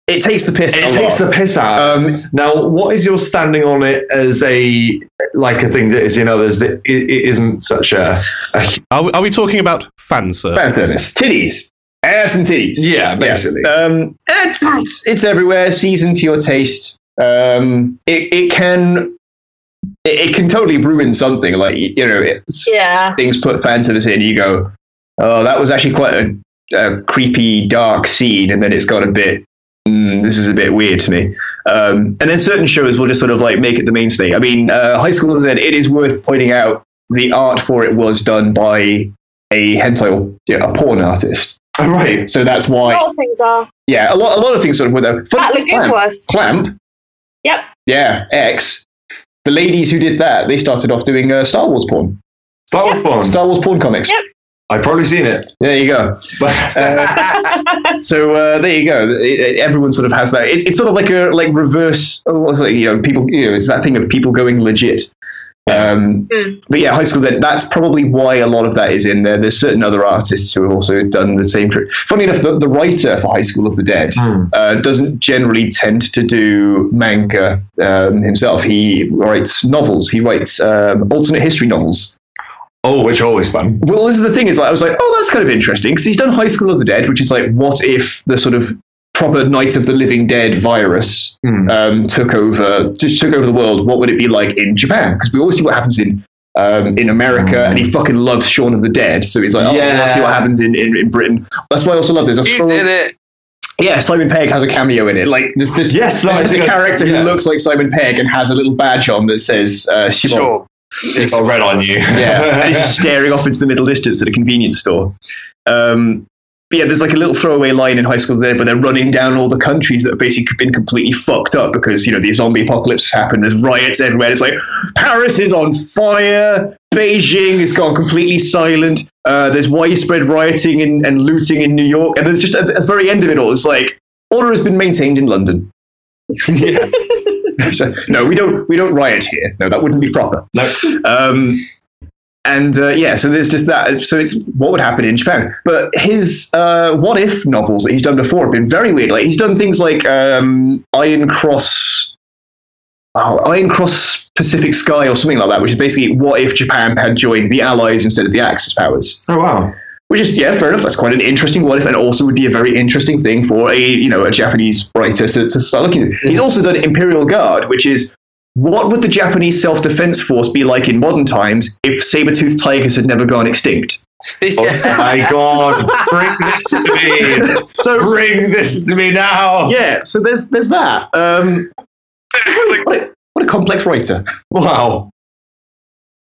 B: it takes the piss
D: it
B: a
D: takes
B: lot.
D: the piss out. of
B: um,
D: Now, what is your standing on it as a like a thing that is in others that i it isn't such a, a
E: Are we, are we talking about fan service?
B: fan service. Titties. Ass and titties.
D: yeah Uh,
B: Yeah. Um, and it's, it's everywhere, seasoned to your taste. Um, it, it can it, it can totally ruin something. Like you know, it's,
A: Yeah.
B: things put fan service in. You go, oh, that was actually quite a, a creepy, dark scene, and then it's got a bit. Mm, this is a bit weird to me. Um, and then certain shows will just sort of like make it the mainstay. I mean, uh, High School of the Dead. It is worth pointing out the art for it was done by a hentai, yeah, a porn artist.
D: Oh, right.
B: So that's
A: a
B: why
A: lot of things are.
B: yeah, a lot, a lot of things sort of were there. Fun-
A: That Lagoon
B: clamp.
A: was.
B: Clamp.
A: Yep.
B: Yeah, X. The ladies who did that, they started off doing uh, Star Wars porn,
D: Star Wars porn.
B: Star Wars porn comics.
A: Yep.
D: I've probably seen it,
B: There you go.
D: but
E: Uh,
B: So uh, there you go. It- it- everyone sort of has that. It's it's sort of like a like reverse. oh, What's it, you know, people. You know, it's that thing of people going legit. Um,
A: Mm.
B: But yeah, high school. That that's probably why a lot of that is in there. There's certain other artists who have also done the same trick. Funny enough, the, the writer for High School of the Dead
D: Hmm.
B: uh, doesn't generally tend to do manga um, himself. He writes novels. He writes um, alternate history novels.
D: oh, which are always fun.
B: Well, this is the thing. Is like I was like, oh, that's kind of interesting because he's done High School of the Dead, which is like, what if the sort of proper Night of the Living Dead virus
D: Hmm.
B: um, took over, just took over the world? What would it be like in Japan? Because we always see what happens in um, in America,
D: Mm.
B: and he fucking loves Shaun of the Dead, so he's like, oh, yeah. let's see what
D: Yeah.
B: happens in, in, in Britain. That's why I also love this. A
C: He's
B: thorough-
C: in it.
B: Yeah, Simon Pegg has a cameo in it. Like this, this,
D: Yes,
B: this
D: that's
B: is a
D: good.
B: character
D: Yeah.
B: who looks like Simon Pegg and has a little badge on that says uh, Simon.
C: Sure.
D: It's all red on you.
B: Yeah, and he's just staring off into the middle distance at a convenience store. Um, but yeah, there's like a little throwaway line in High School there, but they're running down all the countries that have basically been completely fucked up because you know the zombie apocalypse happened. There's riots everywhere. It's like Paris is on fire. Beijing has gone completely silent. Uh, there's widespread rioting and, and looting in New York, and there's just at the at the very end of it all, it's like order has been maintained in London.
D: Yeah.
B: So, no, we don't. We don't riot here. No, that wouldn't be proper.
D: No.
B: Um, and uh, yeah, so there's just that. So it's what would happen in Japan. But his uh, what if novels that he's done before have been very weird. Like he's done things like um, Iron Cross, oh, Iron Cross Pacific Sky, or something like that, which is basically what if Japan had joined the Allies instead of the Axis powers
D: Oh wow.
B: which is yeah, fair enough. That's quite an interesting what if, and also would be a very interesting thing for a you know a Japanese writer to, to start looking at. He's also done Imperial Guard, which is what would the Japanese self defense force be like in modern times if saber toothed tigers had never gone extinct?
D: Oh
C: Yeah.
D: my god. Bring this to me.
B: So
D: Bring this to me now.
B: yeah, Oh. so there's there's that. Um, so what, a- what a, what a complex writer.
D: Wow.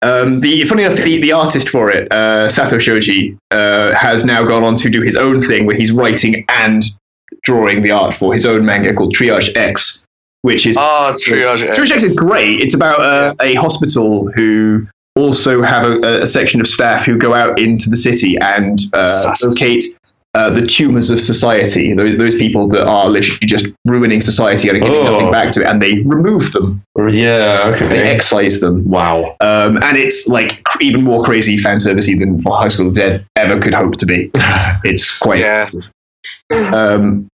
B: Um, the funny enough, the, the artist for it, uh, Sato Shoji, uh, has now gone on to do his own thing where he's writing and drawing the art for his own manga called Triage X, which is
C: Ah, triage. error.
B: Triage X is great. It's about uh, a hospital who also have a, a section of staff who go out into the city and uh,
C: Sus.
B: locate uh, the tumors of society. Those, those people that are literally just ruining society and are giving
D: Oh.
B: nothing back to it, and they remove them,
D: Yeah.
B: they
D: Okay.
B: excise them.
D: Wow.
B: Um, and it's like cr- even more crazy fan servicey than for High School of the Dead ever could hope to be. It's quite.
C: Yeah.
B: Um,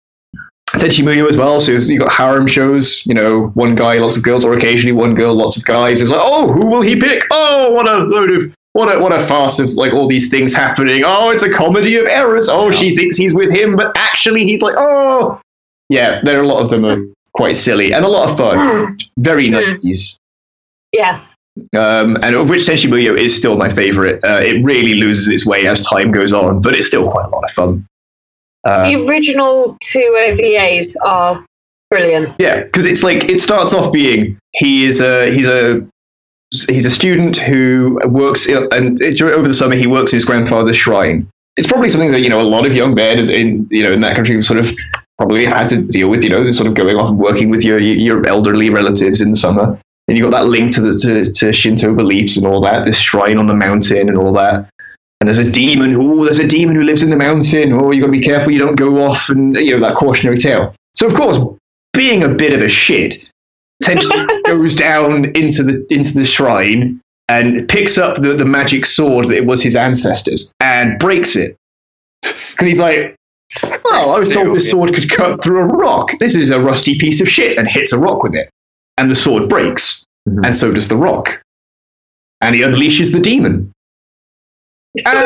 B: Tenchi Muyo as well. So you've got harem shows, you know, one guy, lots of girls, or occasionally one girl, lots of guys. It's like, oh, who will he pick? Oh, what a load of. What a, what a farce of like all these things happening. Oh, it's a comedy of errors. Oh, she thinks he's with him, but actually he's like, oh. Yeah, there are a lot of them are quite silly and a lot of fun.
A: Mm,
B: Very
A: Hmm.
B: 90s.
A: yes.
B: Um, and of which Senshi Muyo is still my favorite. Uh, it really loses its way as time goes on, but it's still quite a lot of fun. Uh,
A: the original two OVAs are brilliant.
B: yeah, because it's like it starts off being he is a he's a he's a student who works and it- over the summer he works his grandfather's shrine. It's probably something that you know a lot of young men in, in you know in that country have sort of probably had to deal with. You know, this sort of going off and working with your your elderly relatives in the summer, and you got that link to the to, to Shinto beliefs and all that. This shrine on the mountain and all that. And there's a demon. who- Oh, there's a demon who lives in the mountain. Oh, you got to be careful. You don't go off and you know that cautionary tale. So of course, being a bit of a shit, Tenchi goes down into the into the shrine and picks up the, the magic sword that it was his ancestors and breaks it because he's like, "Oh, I was told this sword could cut through a rock. This is a rusty piece of shit," and hits a rock with it, and the sword breaks,
D: Mhm.
B: and so does the rock, and he unleashes the demon. And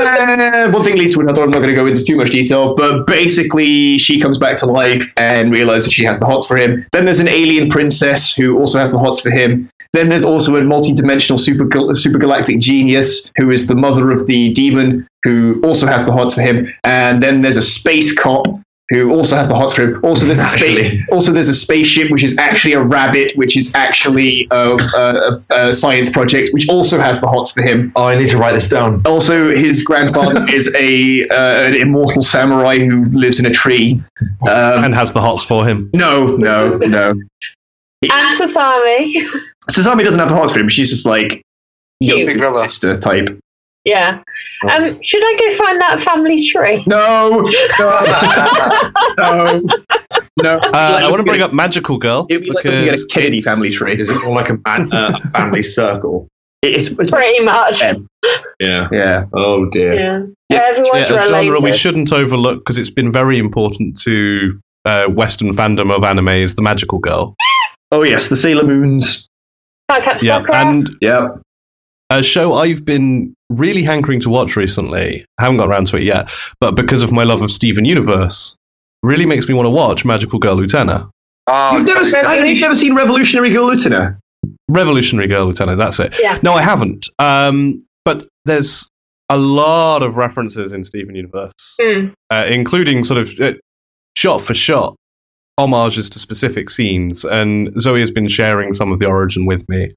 B: Uh, one thing leads to another. I'm not going to go into too much detail, but basically, she comes back to life and realizes she has the hots for him. Then there's an alien princess who also has the hots for him. Then there's also a multi-dimensional super supergalactic genius who is the mother of the demon who also has the hots for him. And then there's a space cop who also has the hots for him. Also there's a space,
D: Actually.
B: also there's a spaceship which is actually a rabbit, which is actually a, a, a, a science project, which also has the hots for him.
D: Oh, I need to write this down.
B: Also, his grandfather is a uh, an immortal samurai who lives in a tree. Um,
E: and has the hots for him.
B: no, no, no.
A: And Sasami.
B: Sasami doesn't have the heart for him. She's just like
A: Cute.
C: Big brother.
B: sister type.
A: Yeah. Um, should I go find that family tree?
B: No, no, no.
E: Uh, I want to bring up Magical Girl
B: It'd be like looking at
E: because
B: a Kennedy
E: it's-
B: family tree.
D: Is it more like a, man, uh, a family circle?
B: It- it's, it's
A: Pretty much.
B: Yeah.
D: Yeah.
B: yeah.
D: Oh dear.
A: Yeah.
B: Yes,
A: Everyone's
E: yeah, a genre we
A: related.
E: shouldn't overlook because it's been very important to uh, Western fandom of anime is the Magical Girl.
B: Oh yes, the Sailor Moons.
A: Nightcap
E: Yeah,
A: Sakura.
E: and
B: Yeah.
E: a show I've been really hankering to watch recently. I haven't got around to it yet, but because of my love of Steven Universe, really makes me want to watch Magical Girl Utena.
C: Ah,
B: You've never, seen,
A: Revolution-
B: you've never seen Revolutionary Girl Lieutenant.
E: Revolutionary Girl Lieutenant, that's it.
A: Yeah.
E: No, I haven't. Um, but there's a lot of references in Steven Universe,
A: Mm.
E: uh, including sort of uh, shot for shot homages to specific scenes. And Zoe has been sharing some of the origin with me.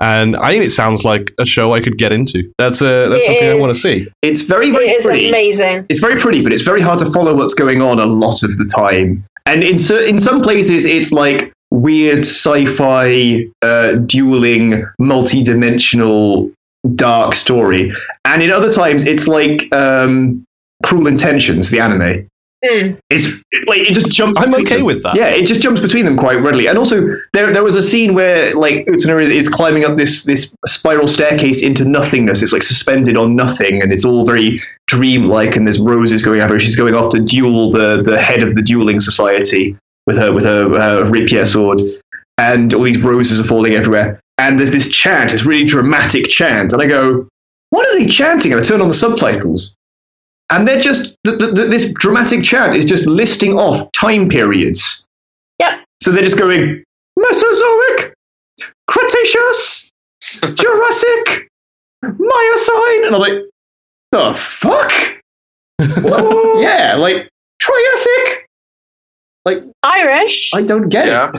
E: And I think it sounds like a show I could get into. That's a that's
A: It
E: something I
A: is.
E: want to see.
B: It's very, very
A: It is
B: pretty.
A: amazing.
B: It's very pretty, but it's very hard to follow what's going on a lot of the time. And in cer- in some places, it's like weird sci-fi, uh, dueling, multi-dimensional, dark story. And in other times, it's like um, Cruel Intentions, the anime.
A: Mm.
B: It's it- like it just jumps.
E: I'm
B: between
E: okay
B: them.
E: with that.
B: Yeah, it just jumps between them quite readily. And also, there there was a scene where like Utsunor is, is climbing up this this spiral staircase into nothingness. It's like suspended on nothing, and it's all very dreamlike. And there's roses going after her. She's going off to duel the the head of the dueling society with her with her uh, rapier sword, and all these roses are falling everywhere. And there's this chant, this really dramatic chant, and I go, "What are they chanting?" And I turn on the subtitles. And they're just, th- th- th- this dramatic chant is just listing off time periods.
A: Yep.
B: So they're just going Mesozoic, Cretaceous, Jurassic, Miocene. And I'm like, the fuck? What? yeah, like Triassic?
A: Irish,
B: I don't get it.
C: Yeah.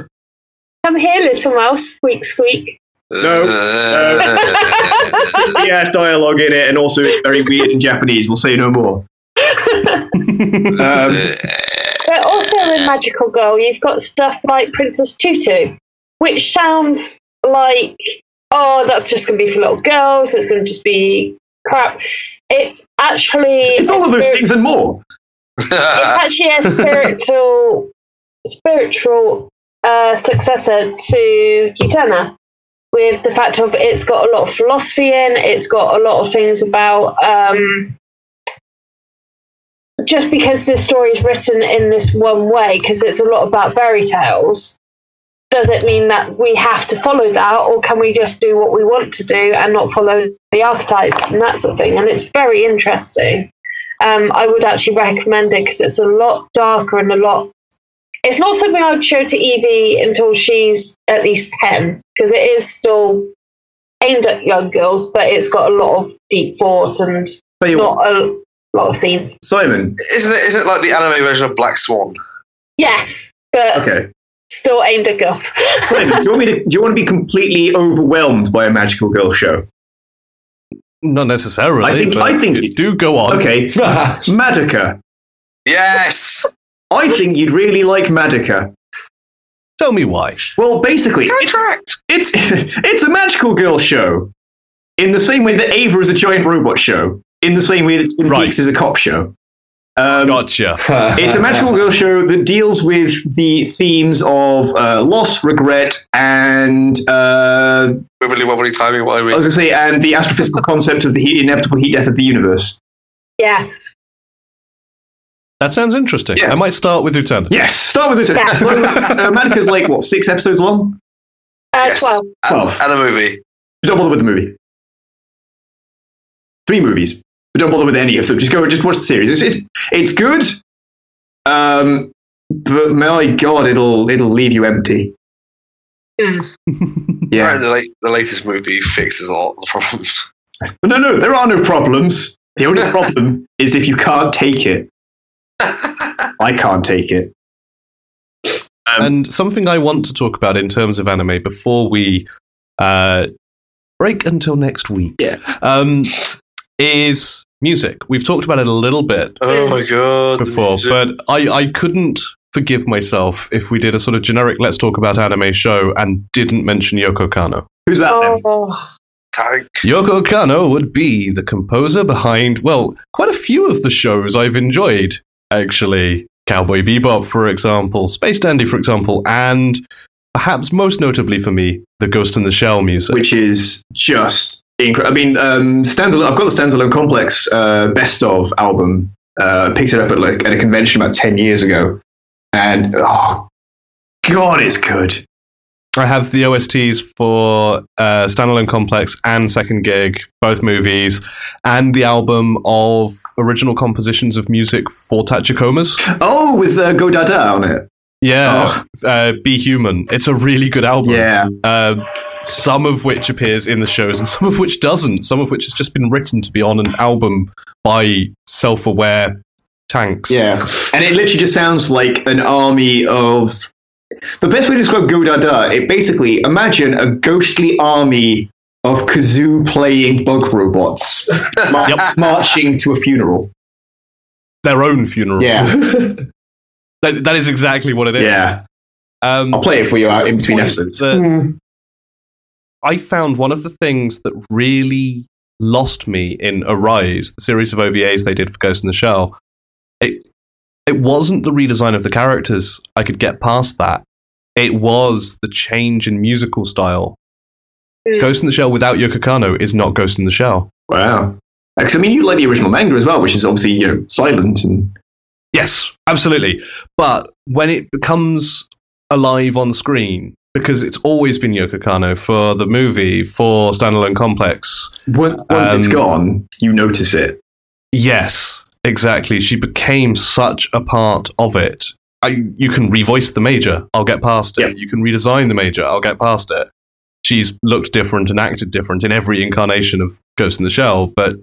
A: come here, little mouse. Squeak, squeak.
B: No. He has dialogue in it, and also it's very weird in Japanese. We'll say no more. Um,
A: But also in Magical Girl, you've got stuff like Princess Tutu, which sounds like, oh, that's just going to be for little girls, it's going to just be crap. It's actually.
B: it's all
A: a
B: of those
A: spirit-
B: things and more.
A: It's actually a spiritual, spiritual uh, successor to Utana, with the fact of it's got a lot of philosophy in. It's got a lot of things about. Um, just because this story is written in this one way, because it's a lot about fairy tales, does it mean that we have to follow that, or can we just do what we want to do and not follow the archetypes and that sort of thing? And it's very interesting um, I would actually recommend it because it's a lot darker and a lot. It's not something I would show to Evie until she's at least 10 because it is still aimed at young girls, but it's got a lot of deep thought and
B: Tell you what,
A: not a lot of scenes.
B: Simon.
C: Isn't it, isn't it like the anime version of Black Swan?
A: Yes, but
B: Okay.
A: still aimed at girls.
B: Simon, do you want me to? Do you want to be completely overwhelmed by a magical girl show?
E: Not necessarily.
B: I think-
E: but
B: I think-
E: do go on.
B: Okay, Madoka.
C: Yes.
B: I think you'd really like Madoka.
E: Tell me why.
B: Well, basically, it's
C: Contract.
B: it's it's a magical girl show. In the same way that Ava is a giant robot show. In the same way that Twin
E: Right.
B: Peaks is a cop show. Um,
E: Gotcha.
B: It's a magical girl show that deals with the themes of uh, loss, regret, and uh,
C: Wibbly wobbly timey
B: I
C: wimey.
B: was going to say, and the astrophysical concept of the he- inevitable heat death of the universe.
A: yes.
E: That sounds interesting.
B: Yeah.
E: I might start with Utana.
B: Yes, start with this.
A: Yeah.
B: uh, Madoka's like what six episodes long.
A: Uh,
C: Yes.
A: 12.
C: And,
B: Twelve.
C: and a movie.
B: Don't bother with the movie. Three movies. But don't bother with any of them. Just go. Just watch the series. It's it's, it's good. Um, but my god, it'll it'll leave you empty. Yeah.
C: Apparently the, late, the latest movie fixes a lot of the problems.
B: But no, no, there are no problems. The only problem is if you can't take it. I can't take it. Um,
E: and something I want to talk about in terms of anime before we uh, break until next week.
B: Yeah.
E: Um, is music. We've talked about it a little bit
C: Oh my god. the
E: before,
C: music.
E: but I, I couldn't forgive myself if we did a sort of generic let's talk about anime show and didn't mention Yoko Kano.
B: Who's that? Then?
A: Oh,
C: Tank.
E: Yoko Kano would be the composer behind, well, quite a few of the shows I've enjoyed, actually. Cowboy Bebop, for example, Space Dandy, for example, and perhaps most notably for me, the Ghost in the Shell music.
B: which is just incredible. I mean, um, standalone. I've got the standalone complex uh, best of album. Uh, picked it up at like at a convention about ten years ago, and oh, god, it's good.
E: I have the OSTs for uh, Standalone Complex and Second Gig, both movies, and the album of original compositions of music for Tachikomas.
B: Oh, with uh, Go Dada on it.
E: Yeah, uh, Be Human. It's a really good album.
B: Yeah,
E: Uh, some of which appears in the shows and some of which doesn't. Some of which has just been written to be on an album by self aware tanks.
B: Yeah. And it literally just sounds like an army of. The best way to describe Godada, it basically imagine a ghostly army of kazoo playing bug robots mar-
E: Yep.
B: marching to a funeral.
E: Their own funeral.
B: Yeah.
E: That, that is exactly what it is.
B: Yeah.
E: Um,
B: I'll play it for you out in between
E: point
B: episodes.
E: that I found one of the things that really lost me in Arise, the series of OVAs they did for Ghost in the Shell. It it wasn't the redesign of the characters. I could get past that. It was the change in musical style.
A: Mm.
E: Ghost in the Shell without Yoko Kano is not Ghost in the Shell.
B: Wow. Because, I mean, you like the original manga as well, which is obviously you know, silent and.
E: Yes, absolutely. But when it becomes alive on screen, because it's always been Yoko Kano for the movie, for Standalone Complex,
B: Once, once it's
E: Um,
B: gone, you notice it.
E: Yes, exactly. She became such a part of it. I, you can revoice the major. I'll get past it.
B: Yep.
E: You can redesign the major. I'll get past it. She's looked different and acted different in every incarnation of Ghost in the Shell. But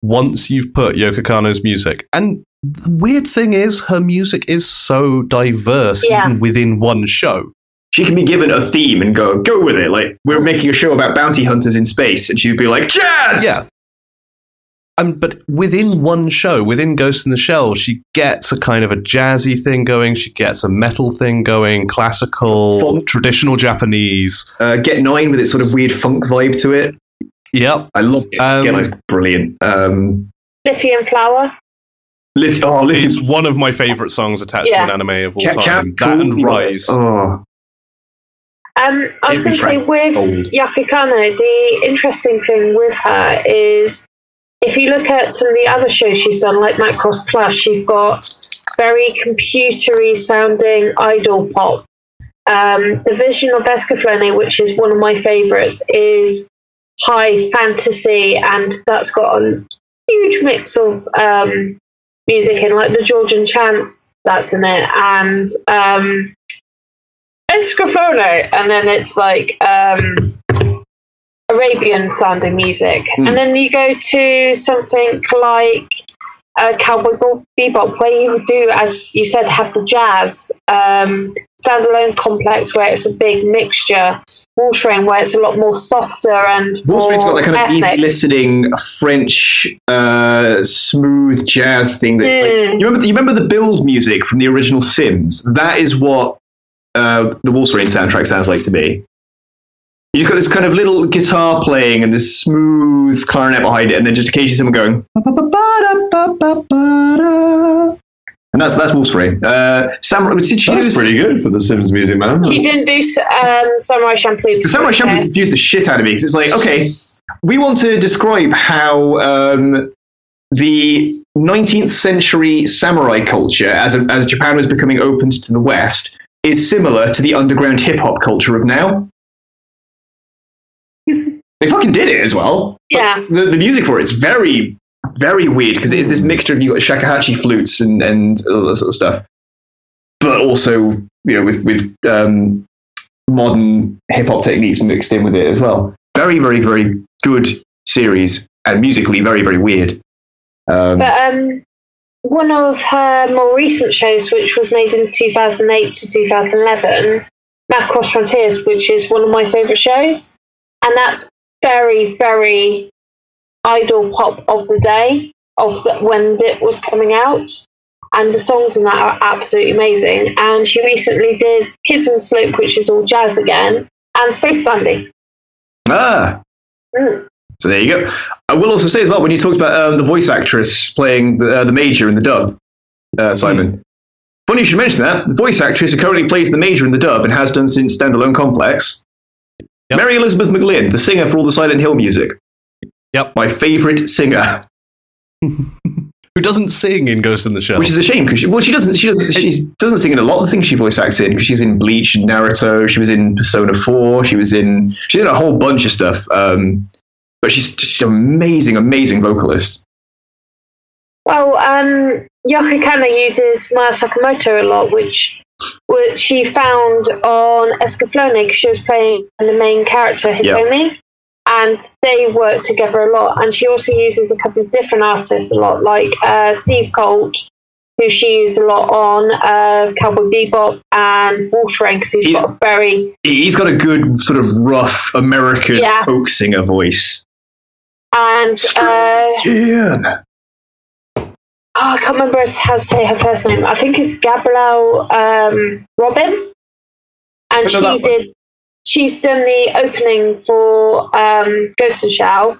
E: once you've put Yoko Kano's music, and the weird thing is, her music is so diverse
A: Yeah.
E: even within one show.
B: She can be given a theme and go, go with it. Like, we're making a show about bounty hunters in space, and she'd be like, jazz!
E: Yeah. Um, but within one show, within Ghost in the Shell, she gets a kind of a jazzy thing going. She gets a metal thing going, classical,
B: Funk.
E: traditional Japanese.
B: Uh, Get Nine with its sort of weird funk vibe to it.
E: Yep.
B: I love it.
E: Um,
B: Get Nine's brilliant. Um,
A: Lithium flower.
B: lit- oh,
E: It's
B: listen,
E: one of my favorite songs attached
A: Yeah.
E: to an anime of all
B: Cap- Cap
E: time. that
B: Cool,
E: and
B: you know,
E: Rise.
B: Oh,
A: Um, I was going
B: Every
A: to say
B: track
A: with
B: gold.
A: Yakukano, the interesting thing with her is if you look at some of the other shows she's done, like Macross Plus, you've got very computery sounding idol pop. Um, the Vision of Escaflowne, which is one of my favourites, is high fantasy, and that's got a huge mix of um, music in, like the Georgian chants that's in it, and um, Escaflowne, and then it's like um, Arabian sounding music,
B: Hmm.
A: and then you go to something like uh, Cowboy Bo- Bebop, where you do, as you said, have the jazz um, standalone complex, where it's a big mixture. Wall Train, where it's a lot more softer and
B: Wall Street's got
A: more
B: that kind of easy
A: ethnic.
B: listening French uh, smooth jazz thing. That like,
A: Mm.
B: you remember? You remember the build music from the original Sims? That is what uh, the Wall Street soundtrack sounds like to me. You just got this kind of little guitar playing and this smooth clarinet behind it, and then just occasionally someone going. "Ba-ba-ba-da-ba-ba-ba-da." And that's that's Wall Street. Uh, Sam, did she
D: That's
B: use-
D: pretty good for the Sims music, man.
A: She didn't do s- um, Samurai Champloo.
B: So Samurai Champloo confused the shit out of me because it's like, okay, we want to describe how um, the 19th century samurai culture, as, as Japan was becoming opened to the West, is similar to the underground hip hop culture of now. they fucking did it as well. But
A: Yeah.
B: The, the music for it's very, very weird because it is this mixture of you got shakuhachi flutes and, and all that sort of stuff. But also, you know, with, with um, modern hip hop techniques mixed in with it as well. Very, very, very good series and musically very, very weird. Um,
A: But um, one of her more recent shows, which was made in 2008 to 2011, Macross Frontiers, which is one of my favourite shows. And that's very, very idol pop of the day, of the, when it was coming out. And the songs in that are absolutely amazing. And she recently did Kids on the Slope, which is all jazz again, and Space Dandy.
B: ah,
A: Mm.
B: so there you go. I will also say as well when you talked about um, the voice actress playing the, uh, the major in the dub, uh, Simon. Funny you should mention that. The voice actress who currently plays the major in the dub and has done since Standalone Complex.
E: Yep.
B: Mary Elizabeth McGlynn, the singer for all the Silent Hill music.
E: Yep.
B: My favorite singer,
E: Who doesn't sing in Ghost in the
A: Oh.
E: Shell?
B: which is a shame because she, well, she doesn't she doesn't she doesn't sing in a lot of the things she voice acts in. 'cause She's in Bleach and Naruto. She was in Persona Four. She was in she did a whole bunch of stuff. Um, but she's just an amazing, amazing vocalist.
A: Well, um, Yoko Kanno uses Maya Sakamoto a lot, which, which she found on Escaflowne because she was playing the main character,
B: Yeah.
A: Hitomi. And they work together a lot. And she also uses a couple of different artists a lot, like uh, Steve Colt who she used a lot on uh, Cowboy Bebop and Watering because he's
B: He-
A: got a very
B: He's got a good sort of rough American
A: Yeah.
B: folk singer voice.
A: and uh,
B: Yeah.
A: oh, I can't remember how to say her first name. I think it's Gabrielle um, Robin, and
B: I know that
A: she
B: one.
A: did. She's done the opening for um, Ghost and Shell.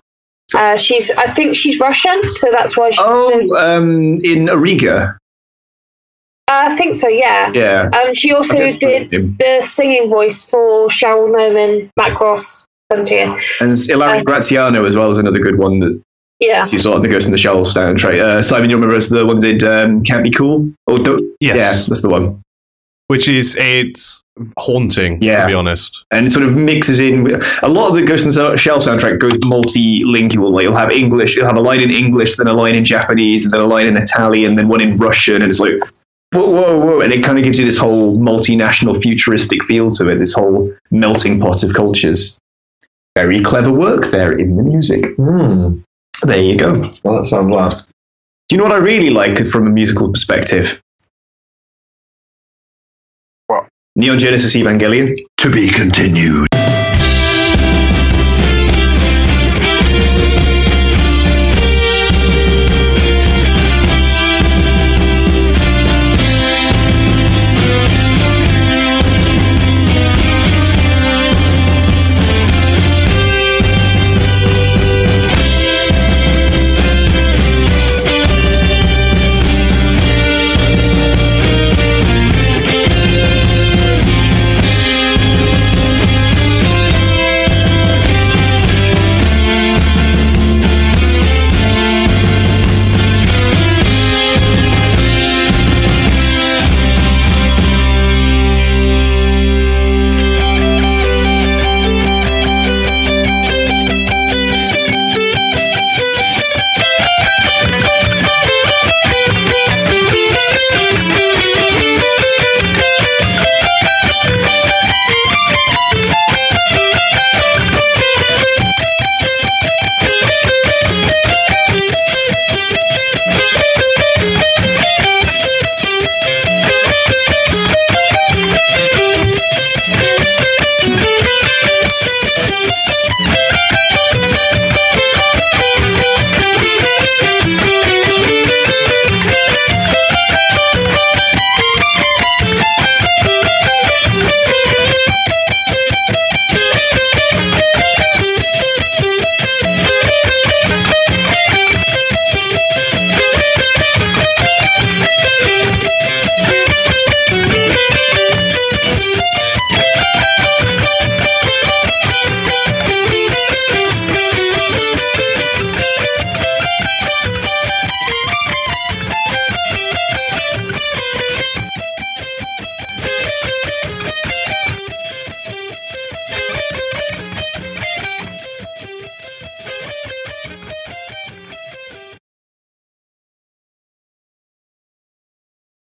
A: Uh, she's, I think she's Russian, so that's why she.
B: Oh, um, in Ariga.
A: uh, I think so. Yeah.
B: Yeah.
A: Um, she also
B: I guess
A: did
B: so,
A: the singing voice for Cheryl Noman, Matt Ross, Frontier.
B: And Ilaria
A: Uh,
B: Graziano as well is another good one that
A: Yeah.
B: you saw on the Ghost in the Shell stand tray. Uh, Simon, you remember it's the one that did um, Can't Be Cool? Oh, don't, Yeah, that's the one.
E: Which is it's haunting,
B: Yeah.
E: to be honest.
B: and it sort of mixes in with- a lot of the Ghost in the Shell soundtrack goes multilingual. Like you'll have English, you'll have a line in English, then a line in Japanese, and then a line in Italian, then one in Russian, and it's like whoa, whoa, whoa, and it kind of gives you this whole multinational futuristic feel to it. This whole melting pot of cultures. Very clever work there in the music.
D: Hmm.
B: There you go. Do
D: Well, that sounds loud.
B: you know what I really like from a musical perspective?
C: What?
B: Neon Genesis Evangelion.
D: To be continued.